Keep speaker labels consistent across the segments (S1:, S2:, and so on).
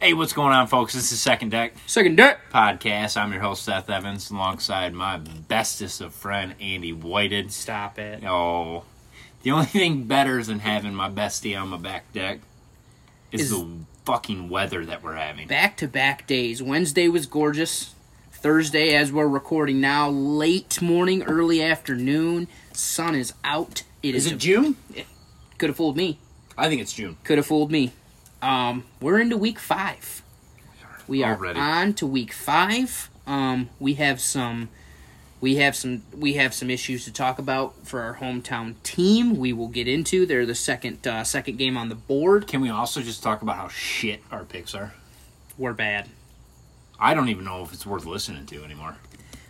S1: Hey, what's going on, folks? This is Second Deck
S2: Second deck.
S1: Podcast. I'm your host, Seth Evans, alongside my bestest of friend, Andy Whited.
S2: Stop it.
S1: Oh, the only thing better than having my bestie on my back deck is,
S2: Is-
S1: the fucking weather that we're having.
S2: Back to back days. Wednesday was gorgeous. Thursday, as we're recording now, late morning, early afternoon. Sun is out. It
S1: Is
S2: is.
S1: it June?
S2: Could have fooled me.
S1: I think it's June.
S2: Could have fooled me. Um, we're into week five. We are
S1: Already.
S2: on to week five. Um, we have some. We have some we have some issues to talk about for our hometown team. We will get into. They're the second uh, second game on the board.
S1: Can we also just talk about how shit our picks are?
S2: We're bad.
S1: I don't even know if it's worth listening to anymore.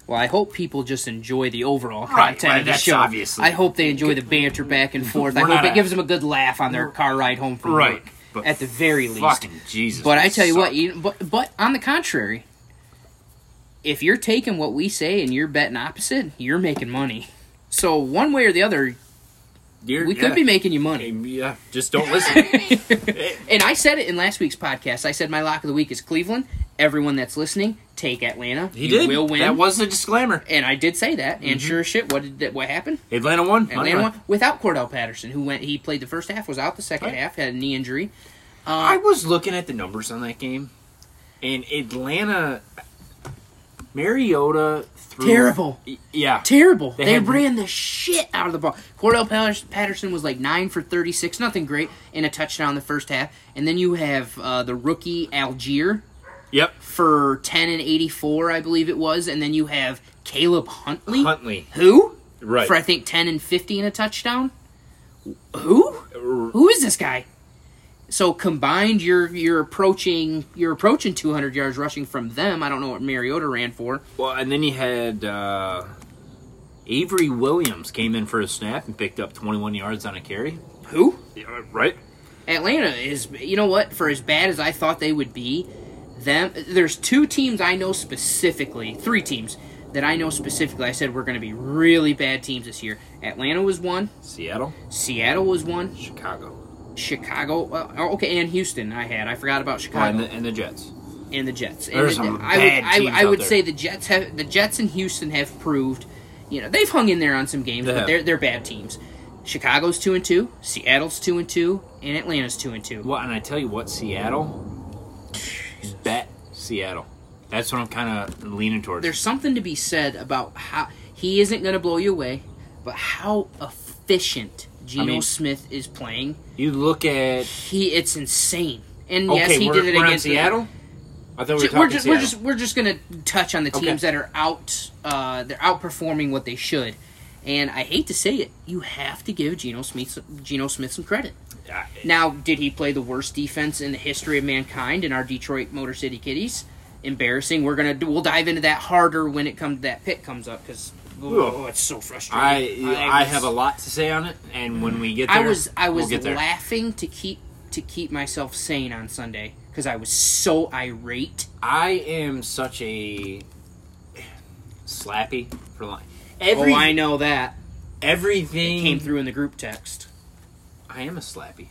S2: Well, I hope people just enjoy the overall
S1: Right,
S2: content
S1: right,
S2: of the
S1: that's
S2: show.
S1: obviously-
S2: I hope they enjoy the banter back and forth. I
S1: We're
S2: hope
S1: not
S2: it
S1: a-
S2: gives them a good laugh on their car ride home from
S1: Right,
S2: work,
S1: but
S2: at the very least.
S1: Fucking Jesus.
S2: but
S1: we
S2: I tell you what,
S1: suck.
S2: you, but but on the contrary, if you're taking what we say and you're betting opposite, you're making money. So one way or the other,
S1: You're-
S2: we
S1: yeah.
S2: could be making you money.
S1: Yeah, just don't listen.
S2: And I said it in last week's podcast. I said my lock of the week is Cleveland. Everyone that's listening, take Atlanta.
S1: He
S2: you
S1: did.
S2: will win.
S1: That was Mm-hmm. the disclaimer.
S2: and I did say that. And sure as shit, what did that, what happened?
S1: Atlanta won.
S2: Atlanta won without Cordell Patterson, who went. He played the first half, was out the second
S1: Right.
S2: half, had a knee injury.
S1: I was looking at the numbers on that game, and Atlanta, Mariota threw
S2: Terrible.
S1: Y- Yeah,
S2: Terrible. They,
S1: had-
S2: ran the shit out of the ball. Cordell Pat- Patterson was like nine for thirty-six, nothing great, and a touchdown in the first half. And then you have uh, the rookie Algier
S1: yep.
S2: for ten and eighty-four, I believe it was, and then you have Caleb Huntley,
S1: Huntley,
S2: who
S1: right?
S2: for I think ten and fifty and a touchdown. Who? Who is this guy? So combined, you're you're approaching you're approaching 200 yards rushing from them. I don't know what Mariota ran for.
S1: Well, and then you had uh, Avery Williams came in for a snap and picked up 21 yards on a carry.
S2: Who?
S1: Yeah, right.
S2: Atlanta is. You know what? For as bad as I thought they would be, them there's two teams I know specifically, three teams that I know specifically. I said we're going to be really bad teams this year. Atlanta was one.
S1: Seattle,
S2: Seattle was one.
S1: Chicago,
S2: Chicago. Well, oh, okay, and Houston. I had. I forgot about Chicago.
S1: and the, and the Jets.
S2: and the Jets. And
S1: There's
S2: the-
S1: some
S2: I
S1: bad
S2: would,
S1: teams
S2: I, I
S1: out
S2: would
S1: there.
S2: say the Jets have the Jets and Houston have proved, you know, they've hung in there on some games,
S1: They
S2: but
S1: have.
S2: they're they're bad teams. Chicago's two and two, Seattle's two and two, and Atlanta's two and two.
S1: Well, and I tell you what, Seattle, bet Seattle. That's what I'm kind of leaning towards.
S2: There's something to be said about how he isn't going to blow you away, but how efficient Geno
S1: mean-
S2: Smith is playing.
S1: you look at
S2: He it's insane. And
S1: okay,
S2: yes, he
S1: we're,
S2: did it
S1: we're on
S2: against the-
S1: Seattle. I thought we were
S2: Ju-
S1: talking
S2: we're just, we're
S1: Seattle.
S2: just we're just gonna touch on the
S1: Okay.
S2: teams that are out uh, they're outperforming what they should and i hate to say it you have to give Geno smith Geno smith some credit
S1: Yeah,
S2: now did he play the worst defense in the history of mankind in our detroit motor city kitties embarrassing we're gonna do, we'll dive into that harder when it comes that pick comes up because oh, it's so frustrating
S1: I I
S2: was-
S1: have a lot to say on it, and when we get there,
S2: I was I was
S1: we'll get there.
S2: laughing to keep to keep myself sane on Sunday because I was so irate.
S1: I am such a slappy for lying. Every,
S2: oh, I know that.
S1: everything
S2: came through in the group text,
S1: I am a slappy.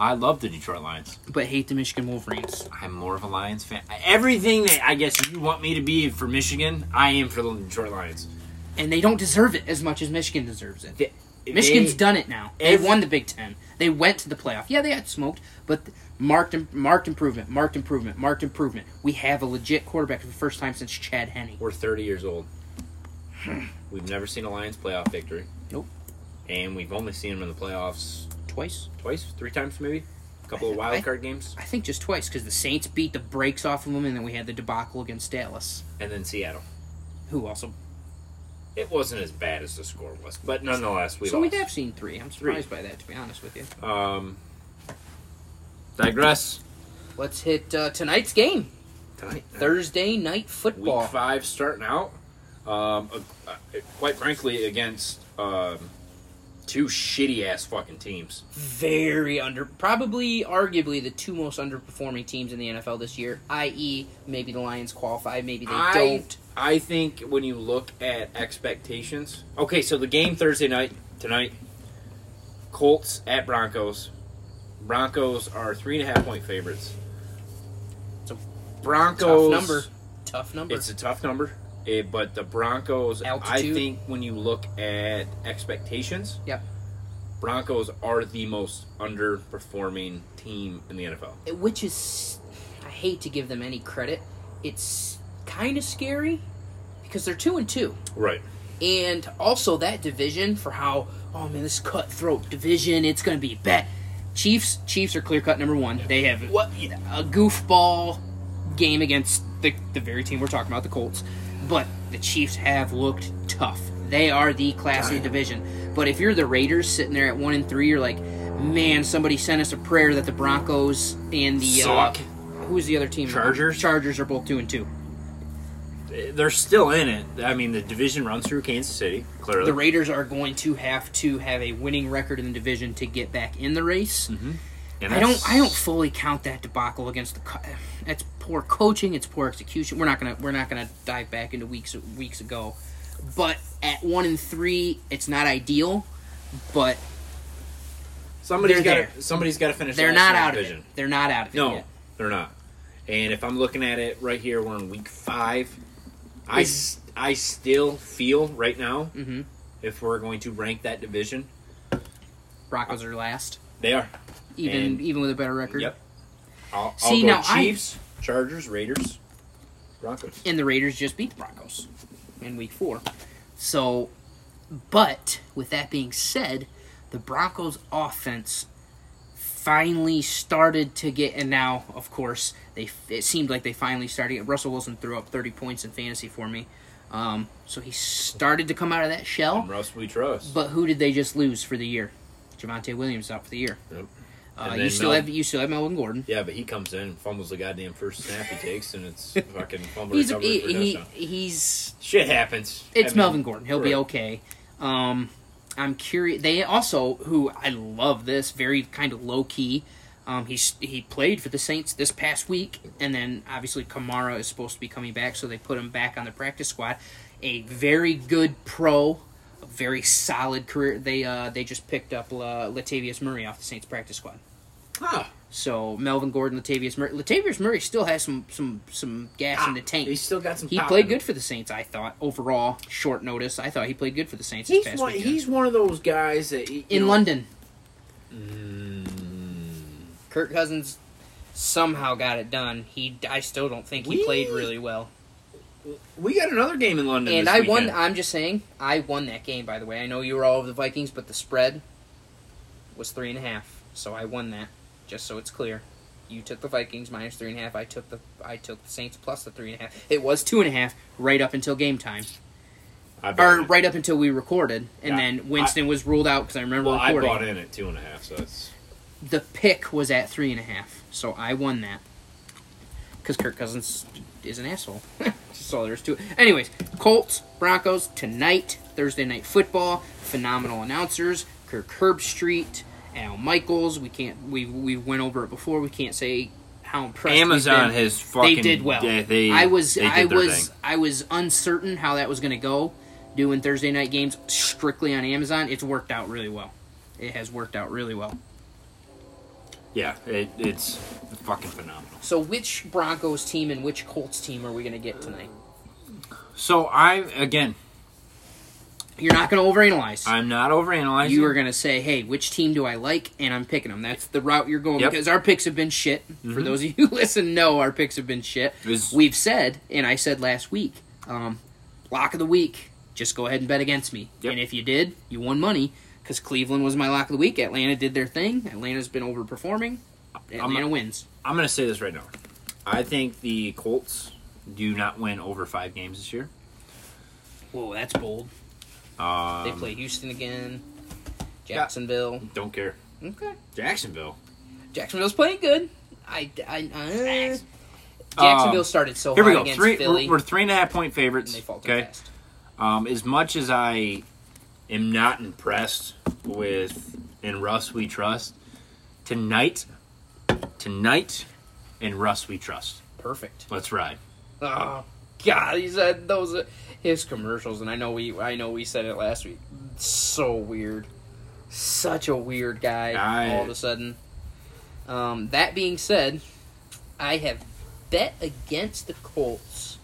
S1: I love the Detroit Lions.
S2: but hate the Michigan Wolverines.
S1: I'm more of a Lions fan. Everything that I guess you want me to be for Michigan, I am for the Detroit Lions.
S2: And they don't deserve it as much as Michigan deserves it.
S1: They-
S2: Michigan's
S1: they-
S2: done it now. They
S1: every-
S2: won the Big Ten. They went to the playoff. Yeah, they got smoked, but th- marked im- marked improvement, marked improvement, marked improvement. We have a legit quarterback for the first time since Chad Henney.
S1: We're 30 years old. We've never seen a Lions playoff victory.
S2: Nope.
S1: And we've only seen them in the playoffs
S2: Twice,
S1: twice, three times maybe. A couple of
S2: I-
S1: wild card games,
S2: I think just twice, because the Saints beat the brakes off of them, and then we had the debacle against Dallas,
S1: and then Seattle.
S2: who also.
S1: It wasn't as bad as the score was, but nonetheless, we
S2: so
S1: lost.
S2: we have seen three. I'm surprised by that, to be honest with you.
S1: Um, digress.
S2: Let's hit uh, tonight's game,
S1: Tonight,
S2: Thursday night
S1: week
S2: football.
S1: five starting out. Um, uh, uh, quite frankly, against um, two shitty ass fucking teams.
S2: very under, probably arguably the two most underperforming teams in the NFL this year. I.e., maybe the Lions qualify, maybe they
S1: I-
S2: don't.
S1: I think when you look at expectations, okay, so the game Thursday night tonight, Colts at Broncos. Broncos are three and a half point favorites.
S3: The
S2: Tough
S3: Broncos.
S2: number. Tough number.
S3: It's a tough number, eh, but the Broncos. I
S2: Altitude.
S3: think when you look at expectations,
S2: Yep.
S3: Broncos are the most underperforming team in the NFL.
S2: which is I hate to give them any credit. It's kind of scary because they're two and two,
S3: Right.
S2: and also that division for how oh man this cutthroat division it's gonna be bad. Chiefs Chiefs are clear cut number one. They have what a goofball game against the the very team we're talking about the Colts, but the Chiefs have looked tough. They are the class of the division. But if you're the Raiders sitting there at one and three, you're like, man, somebody sent us a prayer that the Broncos and the
S3: Suck.
S2: Uh, who's the other team?
S1: Chargers?
S2: Chargers are both two and two.
S1: They're still in it. I mean, the division runs through Kansas City, clearly.
S2: the Raiders are going to have to have a winning record in the division to get back in the race.
S3: Mm-hmm.
S1: And
S2: I
S1: that's-
S2: don't. I don't fully count that debacle against the. Co- That's poor coaching. It's poor execution. We're not gonna. We're not gonna dive back into weeks weeks ago, but at one and three, it's not ideal. But
S3: Somebody's
S2: They're
S3: got
S2: there.
S3: to somebody's got to finish.
S2: they're
S3: last
S2: not
S3: in that
S2: out
S3: division.
S2: of it. They're not out of it.
S3: No,
S2: yet.
S3: they're not. And if I'm looking at it right here, we're in week five.
S2: Hmm.
S3: I, s- I still feel right now,
S2: Mhm.
S3: if we're going to rank that division,
S2: Broncos are last,
S3: they are.
S2: even
S3: And-
S2: even with a better record.
S3: Yep. I'll, I'll
S2: Hmm. See,
S3: go
S2: now I-
S3: Chiefs, Chargers, Raiders, Broncos.
S2: and the Raiders just beat the Broncos in week four. So, but with that being said, the Broncos' offense finally started to get, and now, of course, they it seemed like they finally started. Russell Wilson threw up 30 points in fantasy for me. Um, so he started to come out of that
S3: And
S2: shell.
S3: Russ, we trust.
S2: But who did they just lose for the year? Javante Williams out for the year.
S3: Yep.
S2: Uh,
S3: And
S2: you
S3: then
S2: still
S3: Mel-
S2: have you still have Melvin Gordon.
S3: yeah, but he comes in and fumbles the goddamn first snap he takes, and it's fucking fumble
S2: He's
S3: recovery
S2: he,
S3: for
S2: he,
S3: touchdown.
S2: he's
S3: Shit happens. I
S2: It's
S3: mean,
S2: Melvin Gordon. He'll be
S3: right.
S2: okay. Um, I'm curious. They also, who I love this, very kind of low key. Um, he's he played for the Saints this past week, and then obviously Kamara is supposed to be coming back, so they put him back on the practice squad. A very good pro, a very solid career. They uh, they just picked up La- Latavius Murray off the Saints practice squad.
S3: Huh.
S2: So Melvin Gordon, Latavius Murray, Latavius Murray still has some some some gas in the tank.
S3: Ah, He's still got some.
S2: He
S3: pop
S2: played
S3: in him.
S2: good for the Saints, I thought. Overall, short notice, I thought he played good for the Saints. this
S3: He's
S2: past
S3: one.
S2: weekend.
S3: He's one of those guys that he- you
S2: in
S3: know-
S2: London.
S3: Mm.
S2: Kirk Cousins somehow got it done. He, I still don't think he
S3: We-
S2: played really well.
S3: We got another game in London.
S2: And
S3: this
S2: I won.
S3: weekend.
S2: I'm just saying, I won that game. By the way, I know you were all over the Vikings, but the spread was three and a half, so I won that. Just so it's clear, you took the Vikings minus three and a half. I took the I took the Saints plus the three and a half. It was two and a half right up until game time.
S3: I bought
S2: or
S3: in.
S2: right up until we recorded,
S3: Yeah.
S2: and then Winston was ruled out because I remember
S3: Well, I
S2: recording.
S3: bought in at two and a half, so it's
S2: The pick was at three and a half, so I won that because Kirk Cousins is an asshole. That's all there is to it. Anyways, Colts Broncos tonight, Thursday night football. Phenomenal announcers, Kirk Herbstreit, Al Michaels. We can't. We we went over it before. We can't say how impressed we've
S1: Amazon
S2: been
S1: has fucking.
S2: they did well.
S1: They, they-
S2: I was
S1: they did
S2: I
S1: their
S2: was
S1: thing.
S2: I was uncertain how that was going to go. Doing Thursday night games strictly on Amazon, it's worked out really well. It has worked out really well.
S1: Yeah, it, it's fucking phenomenal.
S2: So, which Broncos team and which Colts team are we going to get tonight?
S1: So I again,
S2: You're not going to overanalyze.
S1: I'm not overanalyzing.
S2: you are going to say, "Hey, which team do I like?" and I'm picking them. That's the route you're going
S1: Yep. Mm-hmm.
S2: because our picks have been shit. For those of you who listen, know our picks have been shit.
S1: Is-
S2: We've said, and I said last week, um, lock of the week. Just go ahead and bet against me,
S1: Yep.
S2: and if you did, you won money because Cleveland was my lock of the week. Atlanta did their thing. Atlanta's been overperforming. Atlanta wins.
S1: I'm going to say this right now. I think the Colts do not win over five games this year.
S2: Whoa, that's bold.
S1: Um,
S2: They play Houston again.
S1: Yeah.
S2: Jacksonville.
S1: Don't care.
S2: Okay.
S1: Jacksonville.
S2: Jacksonville's playing good. I, I uh, Jacksonville
S1: Jacksonville's
S2: started so
S1: Um, Here
S2: hot
S1: we go.
S2: against
S1: Three.
S2: Philly,
S1: We're, we're three and a half point favorites.
S2: and they faltered
S1: okay.
S2: fast.
S1: Um, as much as I am not impressed with "In Russ We Trust," tonight, tonight, in Russ We Trust.
S2: Perfect.
S1: Let's ride.
S2: Oh God, he said those his commercials, and I know we I know we said it last week. So weird, such a weird guy.
S1: I-
S2: all of a sudden. Um, that being said, I have bet against the Colts.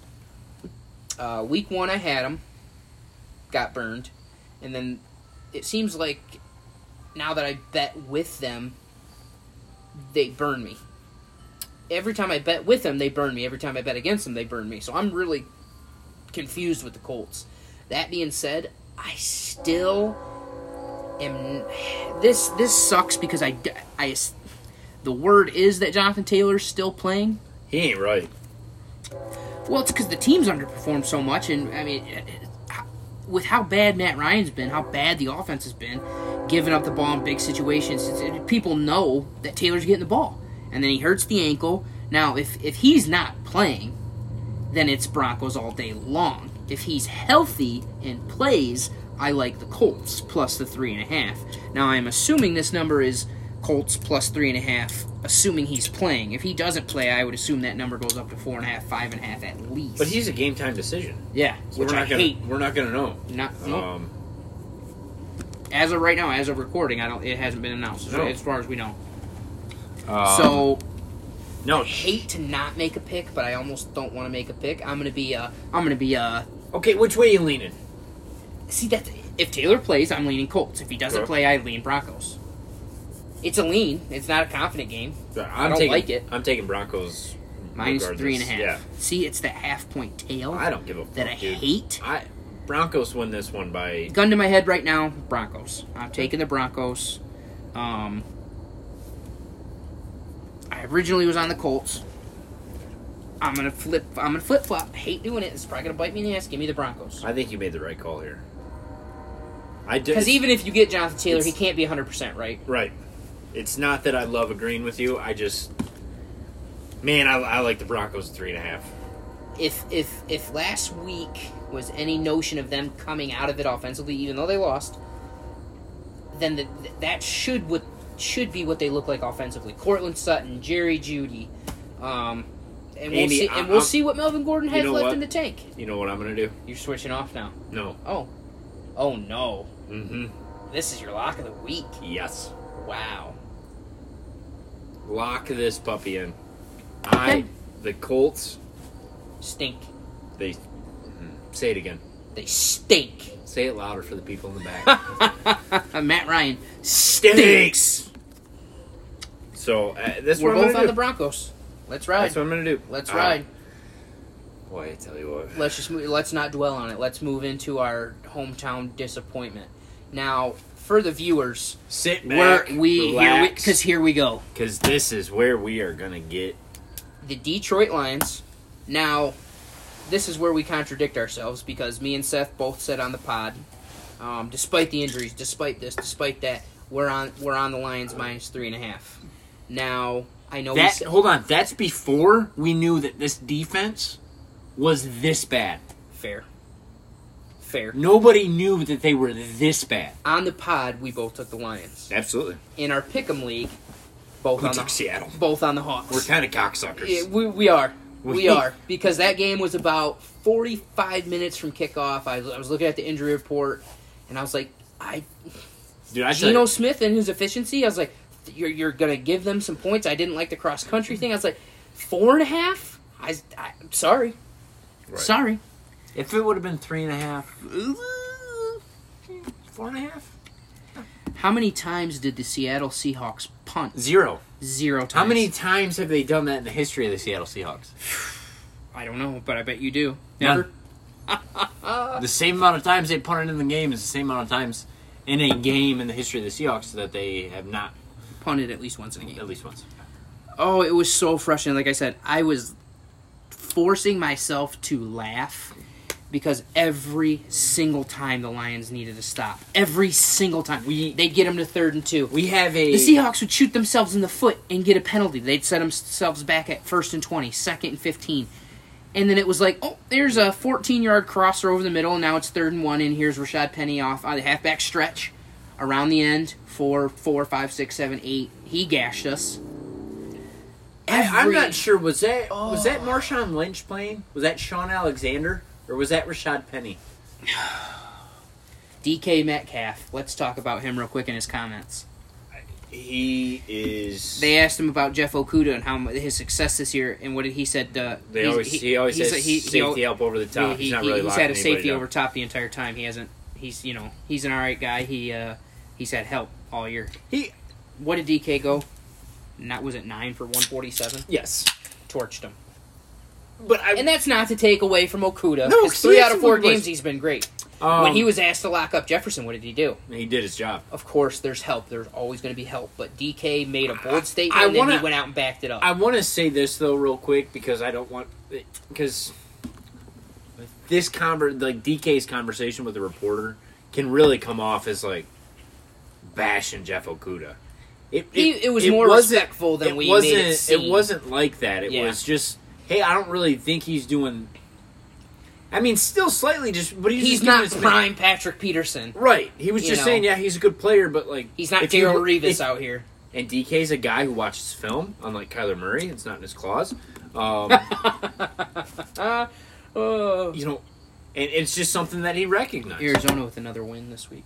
S2: Uh, week one, I had them, got burned, and then it seems like now that I bet with them, they burn me. Every time I bet with them, they burn me. Every time I bet against them, they burn me. So I'm really confused with the Colts. That being said, I still am. This this sucks because I, I the word is that Jonathan Taylor's still playing.
S1: He ain't right.
S2: Well, it's because the team's underperformed so much, and I mean, with how bad Matt Ryan's been, how bad the offense has been, giving up the ball in big situations, it's- it- people know that Taylor's getting the ball, and then he hurts the ankle. Now, if if he's not playing, then it's Broncos all day long. If he's healthy and plays, I like the Colts plus the three and a half. Now, I'm assuming this number is Colts plus three and a half, assuming he's playing. If he doesn't play, I would assume that number goes up to four and a half, five and a half at least.
S1: But he's a game time decision.
S2: yeah,
S3: So
S2: which
S3: we're
S2: I
S3: not gonna,
S2: hate.
S3: We're not gonna know.
S2: Not
S1: Hmm?
S2: no.
S3: Um,
S2: as of right now, as of recording, I don't. It hasn't been announced
S3: No.
S2: as far as we know.
S1: Um,
S2: so
S1: no,
S2: hate to not make a pick, but I almost don't want to make a pick. I'm gonna be. Uh, I'm gonna be. Uh,
S1: Okay, which way you leaning?
S2: see that if Taylor plays, I'm leaning Colts. If he doesn't
S3: Okay.
S2: play, I lean Broncos. It's a lean. It's not a confident game.
S1: I'm
S2: don't
S1: taking,
S2: like it.
S1: I'm taking Broncos.
S2: Minus three and a half.
S1: regardless.
S2: See, it's that half point tail
S1: Yeah, I don't give a fuck,
S2: that I
S1: dude.
S2: hate.
S1: I Broncos win this one by
S2: Gun to my head right now, Broncos. I'm taking the Broncos. Um, I originally was on the Colts. I'm gonna flip. I'm gonna flip flop. Hate doing it. It's probably gonna bite me in the ass. Give me the Broncos.
S1: I think you made the right call here. I do.
S2: Because even if you get Jonathan Taylor, he
S1: It's-
S2: can't be 100 percent right.
S1: right, it's not that I love agreeing with you. I just, man, I, I like the Broncos three and a half.
S2: If if if last week was any notion of them coming out of it offensively, even though they lost, then the, that should what should be what they look like offensively. Cortland Sutton, Jerry Judy, um, and we'll
S1: Andy,
S2: see.
S1: I-
S2: And we'll
S1: I'm-
S2: see what Melvin Gordon
S1: You
S2: has
S1: know
S2: left
S1: what?
S2: in the tank.
S1: You know what I'm gonna do?
S2: You're switching off now.
S1: No.
S2: Oh, oh no!
S1: Mm-hmm.
S2: This is your lock of the week.
S1: Yes.
S2: Wow.
S1: Lock this puppy in. I
S2: Okay.
S1: the Colts.
S2: Stink.
S1: They mhm. say it again.
S2: They stink.
S1: Say it louder for the people in the back.
S2: Matt Ryan
S1: Stinks. so uh, this
S2: We're
S1: what I'm
S2: both
S1: gonna
S2: on
S1: do.
S2: the Broncos. Let's ride.
S1: That's what I'm gonna do.
S2: Let's
S1: Uh,
S2: ride.
S1: Boy, I tell you what.
S2: Let's just move, let's not dwell on it. Let's move into our hometown disappointment. Now, for the viewers,
S1: Sit
S2: where
S1: back.
S2: we
S1: relax,
S2: because here we go.
S1: because this is where we are gonna get
S2: the Detroit Lions. Now, this is where we contradict ourselves because me and Seth both said on the pod, um, despite the injuries, despite this, despite that, we're on we're on the Lions minus three and a half. Now I know we
S1: that.
S2: said,
S1: Hold on, that's before we knew that this defense was this bad.
S2: fair, fair.
S1: Nobody knew that they were this bad.
S2: On the pod, we both took the Lions.
S1: Absolutely.
S2: In our pick'em league, both
S1: Oh, We
S2: on
S1: took
S2: the
S1: Seattle.
S2: both on the Hawks.
S1: We're kind of cocksuckers.
S2: Yeah, we, we are. We,
S1: We-
S2: are. Because that game was about 45 minutes from kickoff. I, I was looking at the injury report, and I was like, I
S1: Dude, I tell
S2: Geno
S1: you,
S2: Smith and his efficiency, I was like, you're, you're going to give them some points. I didn't like the cross country thing. I was like, four and a half? I, I, am sorry.
S3: Right.
S2: Sorry.
S1: if it would have been three and a half, four and a half,
S2: How many times did the Seattle Seahawks punt?
S1: zero.
S2: Zero times.
S1: How many times have they done that in the history of the Seattle Seahawks?
S2: I don't know, but I bet you do.
S1: None.
S2: Never?
S1: the same amount of times they punted in the game is the same amount of times in a game in the history of the Seahawks that they have not
S2: Punted at least once in a game.
S1: at least once.
S2: Oh, it was so frustrating. Like I said, I was forcing myself to laugh because every single time the Lions needed a stop, every single time
S1: We-
S2: they'd get them to third and two.
S1: We have a
S2: the Seahawks would shoot themselves in the foot and get a penalty. They'd set themselves back at first and 20, second and 15. And then it was like, oh, there's a 14 yard crosser over the middle. and Now it's third and one, and here's Rashad Penny off on the halfback stretch around the end for four, five, six, seven, eight. He gashed us.
S1: I, am
S2: Every-
S1: not sure. Was that was that Marshawn Lynch playing? Was that Sean Alexander or was that Rashad Penny?
S2: DK Metcalf. Let's talk about him real quick in his comments.
S3: he is.
S2: They asked him about Jeff Okuda and how mu- his success this year, and what did he said? Uh,
S1: They
S2: he's-
S1: always he, always
S2: he's-
S1: says
S2: he- he
S1: safety
S2: al-
S1: help over the top.
S2: he-
S1: he's not
S2: he-
S1: really
S2: he's
S1: locking
S2: had a safety
S1: anybody
S2: over
S1: down.
S2: top the entire time. He hasn't. He's you know he's an all right guy. He uh, he's had help all year.
S1: He
S2: What did DK go? Not was it nine for one forty seven?
S1: yes,
S2: Torched him,
S1: but I
S2: and that's not to take away from Okuda.
S1: No,
S2: 'cause three
S1: he
S2: out of four
S1: absolutely was.
S2: games he's been great.
S1: um,
S2: when he was asked to lock up Jefferson, what did he do?
S1: he did his job.
S2: Of course, there's help. There's always going to be help. But DK made a bold statement,
S1: I
S2: and then he
S1: wanna-
S2: went out and backed it up.
S1: I want to say this though, real quick, because I don't want because this conver like DK's conversation with the reporter can really come off as like bashing Jeff Okuda. It,
S2: He- it was more
S1: wasn't-
S2: respectful than we made
S1: wasn't.
S2: it seem.
S1: wasn't like that. It
S2: Yeah.
S1: was just, hey, I don't really think he's doing. I mean, still slightly just, but he's,
S2: he's
S1: just giving
S2: not
S1: his-
S2: prime Patrick Peterson.
S1: Right. He was
S2: You
S1: just
S2: know.
S1: saying, yeah, he's a good player, but like
S2: He's not
S1: if you-
S2: Daryl Revis
S1: if-
S2: out here.
S1: and DK's a guy who watches film, unlike Kyler Murray. It's not in his claws. Um,
S2: Oh.
S1: you know, and it's just something that he recognized.
S2: Arizona with another win this week.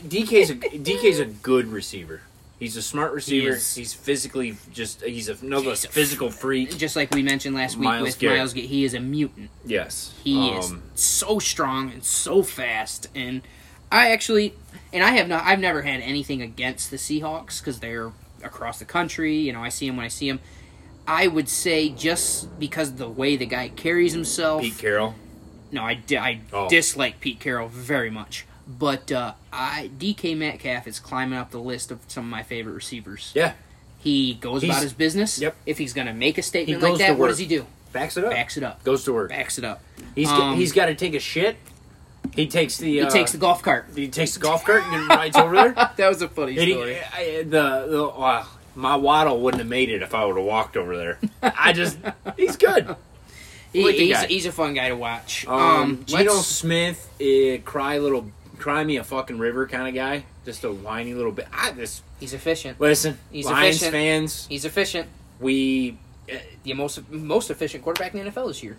S1: DK's a DK's a good receiver. He's a smart receiver.
S2: is.
S1: He's physically just he's another
S2: He's a-
S1: physical freak.
S2: Just like we mentioned last week
S1: Myles
S2: with
S1: Garrett.
S2: Miles, he is a mutant.
S1: Yes,
S2: He
S1: Um,
S2: is so strong and so fast. And I actually, and I have not, I've never had anything against the Seahawks because they're across the country. You know, I see them when I see them. I would say just because of the way the guy carries himself,
S1: Pete Carroll.
S2: No, I, di- I
S1: Oh.
S2: dislike Pete Carroll very much. But uh, I DK Metcalf is climbing up the list of some of my favorite receivers.
S1: Yeah,
S2: He goes
S1: He's-
S2: about his business.
S1: yep.
S2: If he's going to make a statement
S1: He
S2: like
S1: goes to
S2: that, what
S1: work.
S2: does he do?
S1: backs it up.
S2: Backs it up.
S1: Goes to work.
S2: Backs it up.
S1: He's
S2: Um,
S1: he's got to take a shit. He uh, takes the
S2: He takes the golf cart.
S1: he takes the golf cart and rides over there.
S2: That was a funny
S1: And he-
S2: story.
S1: I- the the uh, my waddle wouldn't have made it if I would have walked over there. I just he's good.
S2: He-
S1: like the
S2: he's,
S1: guy.
S2: he's a fun guy to watch. Um,
S1: Um, Geno
S2: let's-
S1: Smith, eh, cry little, cry me a fucking river kind of guy, just a whiny little bit. I just
S2: he's efficient.
S1: listen,
S2: He's
S1: Lions
S2: efficient.
S1: fans,
S2: He's efficient.
S1: we, eh,
S2: The most most efficient quarterback in the NFL this year.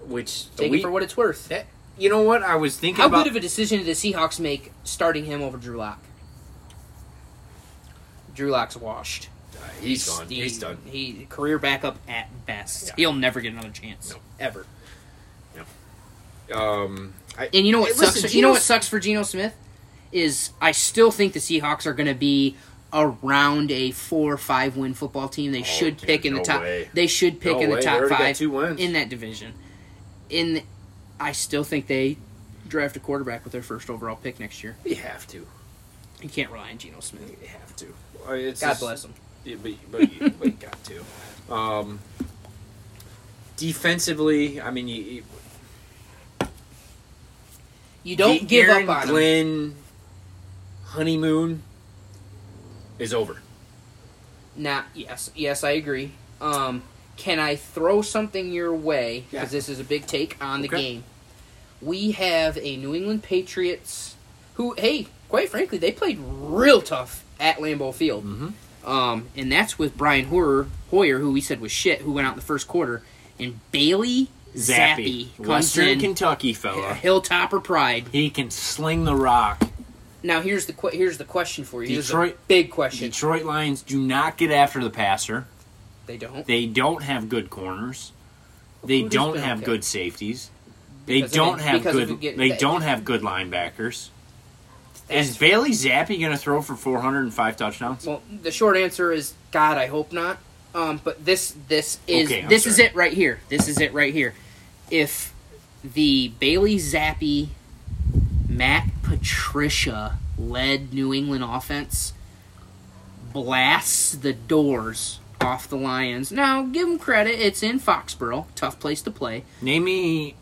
S1: which
S2: Take
S1: we,
S2: it for what it's worth.
S1: that- you know what I was thinking
S2: How
S1: about.
S2: good of a decision did the Seahawks make starting him over Drew Lock? Drew Lock's washed.
S3: he's gone.
S2: He-
S3: He's done.
S2: He career backup at best.
S3: Yeah.
S2: He'll never get another chance
S3: No.
S2: ever.
S3: Um, I,
S2: And you know what
S1: Hey, listen,
S2: sucks? you know
S1: Geno-
S2: what sucks for Geno Smith is I still think the Seahawks are going to be around a four or five win football team. They should
S3: Oh, dude,
S2: pick in the
S3: no
S2: top.
S3: way.
S2: They should pick
S3: no
S2: in the
S3: way, they
S2: top
S3: already got
S2: five
S3: two wins.
S2: in that division. In, the, I still think they draft a quarterback with their first overall pick next year.
S3: you have to.
S2: You can't rely on Geno Smith.
S3: You have to. I- It's
S2: God
S3: just-
S2: bless him.
S3: Yeah, but, but, you, but you got to. Um, defensively, I mean, you, you,
S2: You don't
S1: Ge-
S2: give
S1: Aaron
S2: up on him.
S1: Glenn honeymoon is over.
S2: Now, yes, yes, I agree. Um, can I throw something your way? Because
S1: Yeah.
S2: this is a big take on the
S1: Okay.
S2: game. We have a New England Patriots who, hey, quite frankly, they played real tough at Lambeau Field.
S1: Mm-hmm.
S2: Um, and that's with Brian Hoyer, Hoyer, who we said was shit, who went out in the first quarter, and Bailey Zappy, comes
S1: Western
S2: in.
S1: Kentucky
S2: a
S1: fella.
S2: Hilltopper pride.
S1: He can sling the rock.
S2: Now here's the que- here's the question for you. Here's the
S1: Detroit-
S2: big question.
S1: Detroit Lions do not get after the passer.
S2: They don't.
S1: They don't have good corners. They
S2: Who's
S1: don't
S2: been
S1: have
S2: okay?
S1: good safeties. They
S2: Because of
S1: don't
S2: it-
S1: have
S2: because of
S1: good.
S2: it getting-
S1: They
S2: that-
S1: don't have good linebackers.
S2: That's-
S1: Is Bailey Zappi going to throw for 405 touchdowns?
S2: Well, the short answer is God. I hope not. Um, but this this is
S1: Okay, I'm
S2: this is
S1: sorry.
S2: it right here. This is it right here. If the Bailey Zappi, Matt Patricia led New England offense blasts the doors off the Lions. Now give them credit. It's in Foxborough, tough place to play.
S1: Name me.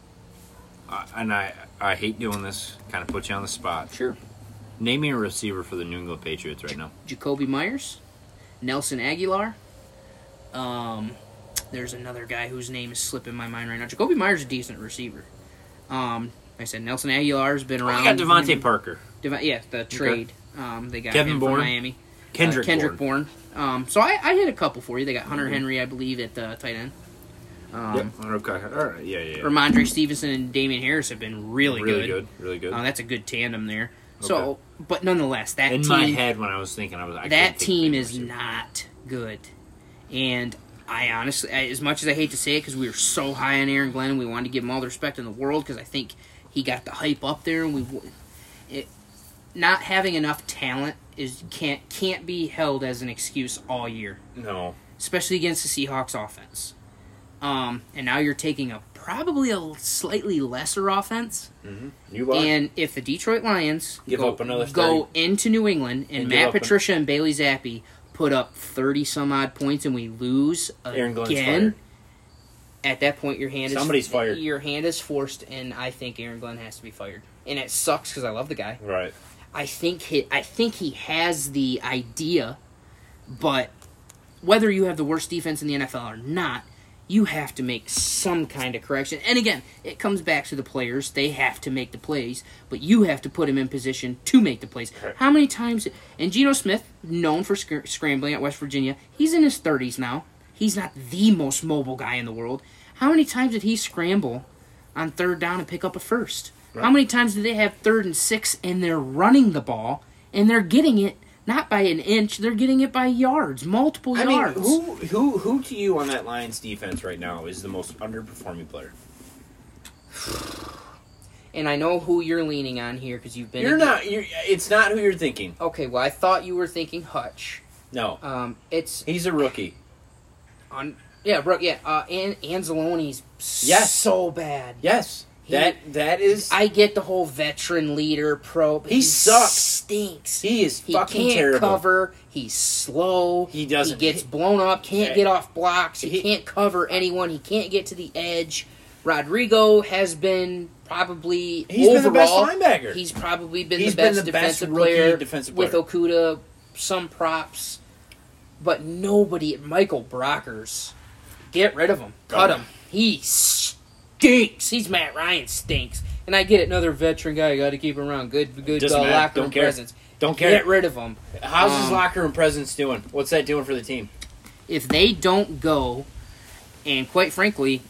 S1: Uh, and I, I hate doing this. Kind of puts you on the spot.
S2: Sure.
S1: Name me a receiver for the New England Patriots right now.
S2: Jacoby Myers, Nelson Aguilar. Um, there's another guy whose name is slipping my mind right now. Jacoby Myers is a decent receiver. Um, like I said Nelson Aguilar's been
S1: I
S2: around.
S1: got Devontae Parker,
S2: Devo- yeah, the trade. Um, they got
S1: Kevin
S2: him from
S1: Bourne.
S2: Miami. Uh,
S1: Kendrick,
S2: Kendrick
S1: Bourne. Mm-hmm.
S2: Bourne. Um, so I, I hit a couple for you. They got Hunter Henry, I believe, at the tight end. Um,
S1: Yep. Oh, Okay. All right. Yeah. Yeah. yeah.
S2: Ramondre Stevenson and Damian Harris have been really,
S1: Really
S2: good.
S1: good. Really good.
S2: Uh, that's a good tandem there. So, but nonetheless, that
S1: In
S2: team
S1: my head, when I was thinking, I was I
S2: that
S1: couldn't think of
S2: team
S1: any
S2: is
S1: receiver.
S2: not good. And I honestly, I- as much as I hate to say it, because we were so high on Aaron Glenn, we wanted to give him all the respect in the world because I think he got the hype up there, and we w- it, not having enough talent is can't can't be held as an excuse all year,
S3: No.
S2: especially against the Seahawks offense. Um, and now you're taking a probably a slightly lesser offense.
S3: You are.
S2: And if the Detroit Lions
S3: Give
S2: go,
S3: up another
S2: go into New England and,
S3: And give
S2: Matt
S3: up an-
S2: Patricia and Bailey Zappi put up thirty some odd points and we lose
S1: Aaron Glenn's
S2: again,
S1: fired.
S2: at that point your hand
S3: Somebody's
S2: is
S3: fired.
S2: Your hand is forced, and I think Aaron Glenn has to be fired. And it sucks because I love the guy.
S3: right.
S2: I think he, I think he has the idea, but whether you have the worst defense in the NFL or not, you have to make some kind of correction. And again, it comes back to the players; they have to make the plays, but you have to put them in position to make the plays.
S3: Right.
S2: How many times? And Geno Smith, known for scr- scrambling at West Virginia, he's in his thirties now. He's not the most mobile guy in the world. How many times did he scramble on third down and pick up a first? How many times do they have third and six and they're running the ball and they're getting it not by an inch, they're getting it by yards, multiple
S1: I mean,
S2: yards.
S1: who who who to you on that Lions defense right now is the most underperforming player?
S2: And I know who you're leaning on here because you've been.
S1: You're not. You're, it's not who you're thinking.
S2: Okay, well, I thought you were thinking Hutch.
S1: No,
S2: Um, it's
S1: he's a rookie.
S2: on. Yeah, bro. Yeah, uh, An- Anzalone's
S1: Yes.
S2: so bad.
S1: Yes,
S2: He-
S1: that that is.
S2: I get the whole veteran leader pro. but
S1: He sucks.
S2: Stinks.
S1: he is
S2: He
S1: fucking
S2: can't
S1: terrible.
S2: cover. He's slow.
S1: He doesn't-
S2: He gets blown up. Can't
S1: Yeah.
S2: get off blocks. He,
S1: He-
S2: can't cover anyone. He can't get to the edge. Rodrigo has been probably
S1: He's been the best
S2: overall-
S1: linebacker.
S2: He's probably been
S1: He's
S2: the best
S1: been the best
S2: defensive,
S1: rookie
S2: player
S1: defensive
S2: with
S1: player.
S2: Okuda. Some props, but nobody. Michael Brockers, get rid of him. Cut
S1: Oh.
S2: him. He stinks. He's Matt Ryan stinks. And I get it, another veteran guy. Got to keep him around. Good, good
S1: Doesn't
S2: uh,
S1: matter.
S2: locker
S1: Don't
S2: room
S1: care.
S2: presence.
S1: Don't care.
S2: Get rid of him.
S1: How's his
S2: Um,
S1: locker room presence doing? What's that doing for the team?
S2: if they don't go, and quite frankly,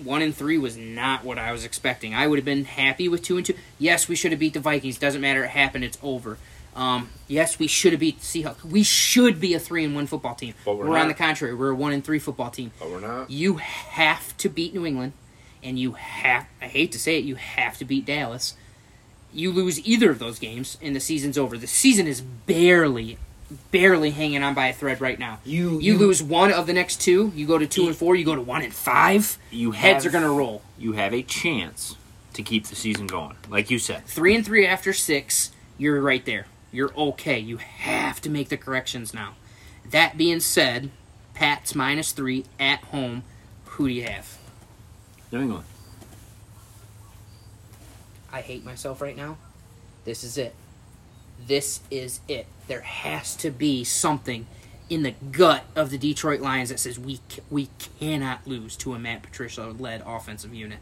S2: one and three was not what I was expecting. I would have been happy with two and two. Yes, we should have beat the Vikings. Doesn't matter. It happened. It's over. Um, yes, we should have beat the Seahawks. We should be a three and one football team.
S3: But we're
S2: we're on
S3: not.
S2: the contrary. We're a one and three football team.
S1: Oh,
S3: But we're not.
S2: You have to beat New England, and you have, I hate to say it, you have to beat Dallas. You lose either of those games, and the season's over. The season is barely, barely hanging on by a thread right now.
S1: You-
S2: you,
S1: you-
S2: lose one of the next two, you go to two and four, you go to one and five.
S1: You
S2: Heads
S1: have-
S2: are going to roll.
S1: You have a chance to keep the season going, like you said.
S2: Three and three after six, you're right there. You're okay. You have to make the corrections now. That being said, Pats minus three at home. Who do you have?
S1: New England.
S2: I hate myself right now. This is it. This is it. There has to be something in the gut of the Detroit Lions that says we c- we cannot lose to a Matt Patricia led offensive unit,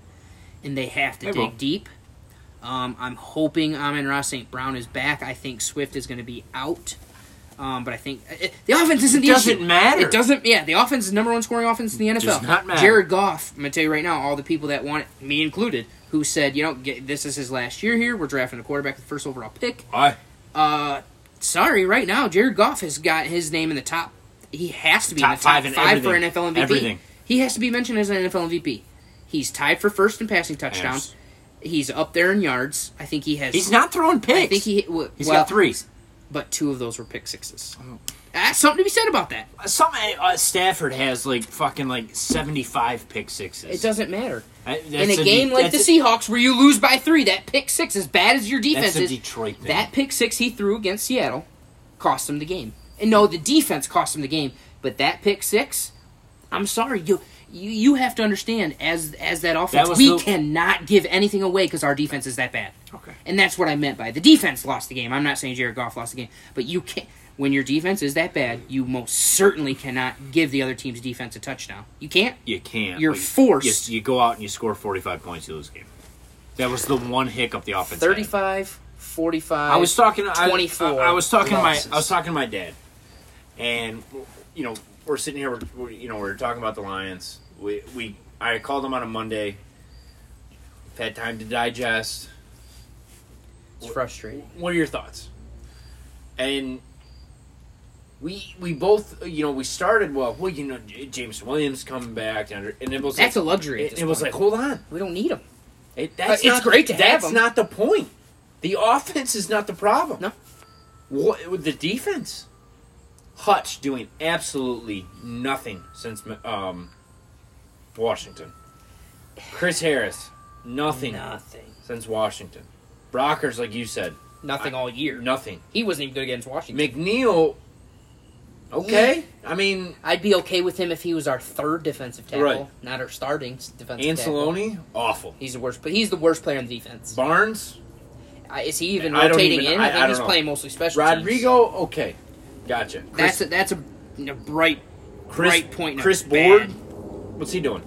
S2: and they have to
S1: They
S2: dig
S1: will.
S2: deep. Um, I'm hoping Amon Ross St. Brown is back. I think Swift is going to be out. Um, but I think it, it- the offense isn't
S1: It
S2: the
S1: doesn't
S2: issue.
S1: matter.
S2: It doesn't. Yeah, the offense is the number one scoring offense in the NFL.
S1: Does not matter.
S2: Jared Goff. I'm gonna tell you right now, all the people that want it, me included, who said, you know, get, this is his last year here. We're drafting a quarterback with the first overall pick.
S3: I.
S2: Uh, sorry, right now, Jared Goff has got his name in the top. He has to be in
S1: Top
S2: the top
S1: five in
S2: five for
S1: everything.
S2: NFL MVP.
S1: Everything.
S2: He has to be mentioned as an NFL MVP. He's tied for first in passing touchdowns. He's up there in yards. I think he has.
S1: He's not throwing picks.
S2: I think he. W-
S1: He's
S2: well,
S1: got three. Oh.
S2: but two of those were pick sixes. That's something to be said about that.
S1: Some uh, Stafford has like fucking like seventy-five pick sixes.
S2: It doesn't matter.
S1: I- that's
S2: in a game
S1: De-
S2: like the
S1: that's
S2: Seahawks where you lose by three, that pick six, as bad as your
S1: a,
S2: defense
S1: that's a
S2: is,
S1: Detroit thing.
S2: that pick six he threw against Seattle cost him the game. And no, the defense cost him the game, but that pick six, I'm sorry, you you, you have to understand as as that offense,
S1: was
S2: we
S1: the-
S2: cannot give anything away because our defense is that bad.
S1: okay.
S2: And that's what I meant by the defense lost the game. I'm not saying Jared Goff lost the game, but you can't. When your defense is that bad, you most certainly cannot give the other team's defense a touchdown. You can't.
S1: You can't.
S2: You're
S1: but you-
S2: forced.
S1: You, you go out and you score forty-five points. You lose the game. That was the one hiccup the offense. had.
S2: 35, 45.
S1: I was talking. I-
S2: 24
S1: I, I was talking to
S2: losses.
S1: my. I was talking to my dad, and you know we're sitting here. We're, we're you know we're talking about the Lions. We we I called him on a Monday. We've had time to digest.
S2: It's frustrating.
S1: What are your thoughts? And we we both you know we started well well you know J- James Williams coming back and, and it was
S2: That's a
S1: like,
S2: luxury. At
S1: it,
S2: this
S1: it was like
S2: point.
S1: hold on
S2: we don't need them.
S1: it, that's
S2: Uh, it's
S1: not
S2: great to
S1: the,
S2: have
S1: that's
S2: him.
S1: not the point the offense is not the problem
S2: No.
S1: what with the defense Hutch doing absolutely nothing since um Washington Chris Harris nothing
S2: Nothing.
S1: since Washington Brockers like you said
S2: Nothing all year.
S1: nothing
S2: He wasn't even good against Washington.
S1: McNeil okay I mean
S2: I'd be okay with him if he was our third defensive tackle,
S1: Right.
S2: not our starting s- defensive tackle.
S1: Anceloni, awful.
S2: He's the worst, but he's the worst player on the defense.
S1: Barnes,
S2: I- Is he even
S1: I don't
S2: rotating
S1: even-
S2: in?
S1: I-
S2: I,
S1: I
S2: think
S1: don't
S2: he's
S1: know.
S2: playing mostly special. teams.
S1: Rodrigo, okay, gotcha.
S2: That's a, that's a, a bright. right point and
S1: Chris
S2: a
S1: Board,
S2: bad.
S1: what's he doing?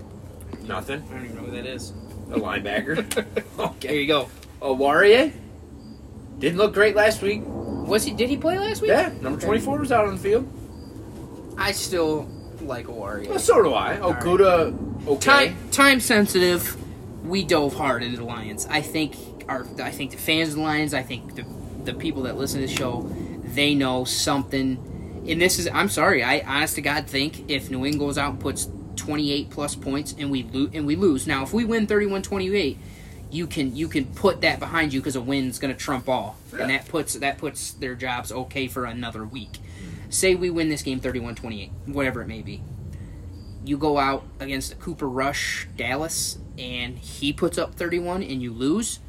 S1: Nothing.
S2: I don't even know who that is.
S1: A linebacker.
S2: There
S1: okay.
S2: you go.
S1: Awarie didn't look great last week.
S2: Was he? Did he play last week?
S1: Yeah, number
S2: Okay.
S1: twenty four was out on the field.
S2: I still like
S1: Well,
S2: Warriors.
S1: so do I.
S2: All right.
S1: Okuda, okay.
S2: Time time sensitive. We dove hard into the Lions. I think our I think the fans of the Lions. I think the the people that listen to the show, they know something. And this is I'm sorry. I honest to God think if New England goes out and puts 28 plus points and we lose and we lose. Now if we win 31-28, you can you can put that behind you because a win's going to trump all, and
S1: Yeah.
S2: that puts that puts their jobs okay for another week. Say we win this game 31-28, whatever it may be you go out against a Cooper Rush Dallas and he puts up 31 and you lose,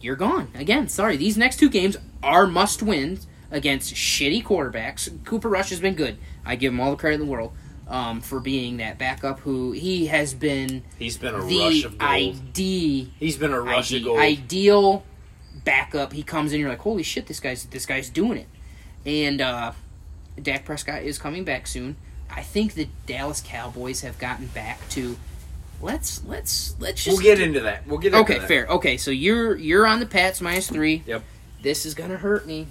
S2: you're gone. Again, sorry. These next two games are must wins against shitty quarterbacks. Cooper Rush has been good. I give him all the credit in the world um, for being that backup who he has been
S1: He's been a rush
S2: the
S1: of gold.
S2: ID,
S1: He's been a rush of
S2: ID
S1: gold.
S2: ideal backup. He comes in, you're like, holy shit, this guy's this guy's doing it. And uh, Dak Prescott is coming back soon. I think the Dallas Cowboys have gotten back to let's let's let's just
S1: we'll get into that. We'll get into
S2: okay
S1: that.
S2: fair okay. So you're you're on the Pats minus three.
S1: Yep.
S2: This is gonna hurt me.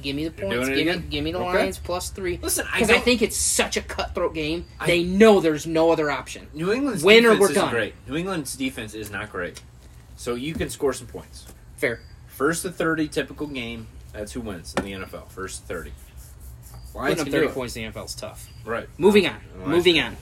S2: Give me the
S1: You're
S2: points.
S1: doing it
S2: Give me,
S1: again?
S2: give me the
S1: Okay.
S2: Lions plus three.
S1: Listen, I
S2: Because I,
S1: don't-
S2: think it's such a cutthroat game.
S1: I-
S2: they know there's no other option.
S1: New England's
S2: Win or
S1: defense
S2: we're
S1: isn't
S2: done.
S1: great. New England's defense is not great. So you can score some points.
S2: Fair.
S1: First to 30, typical game. That's who wins in the NFL. First to 30. Lions
S2: Putting up
S1: can
S2: thirty
S1: do it.
S2: points in the NFL is tough.
S1: Right.
S2: Moving on.
S1: Lions
S2: Moving
S1: can
S2: on.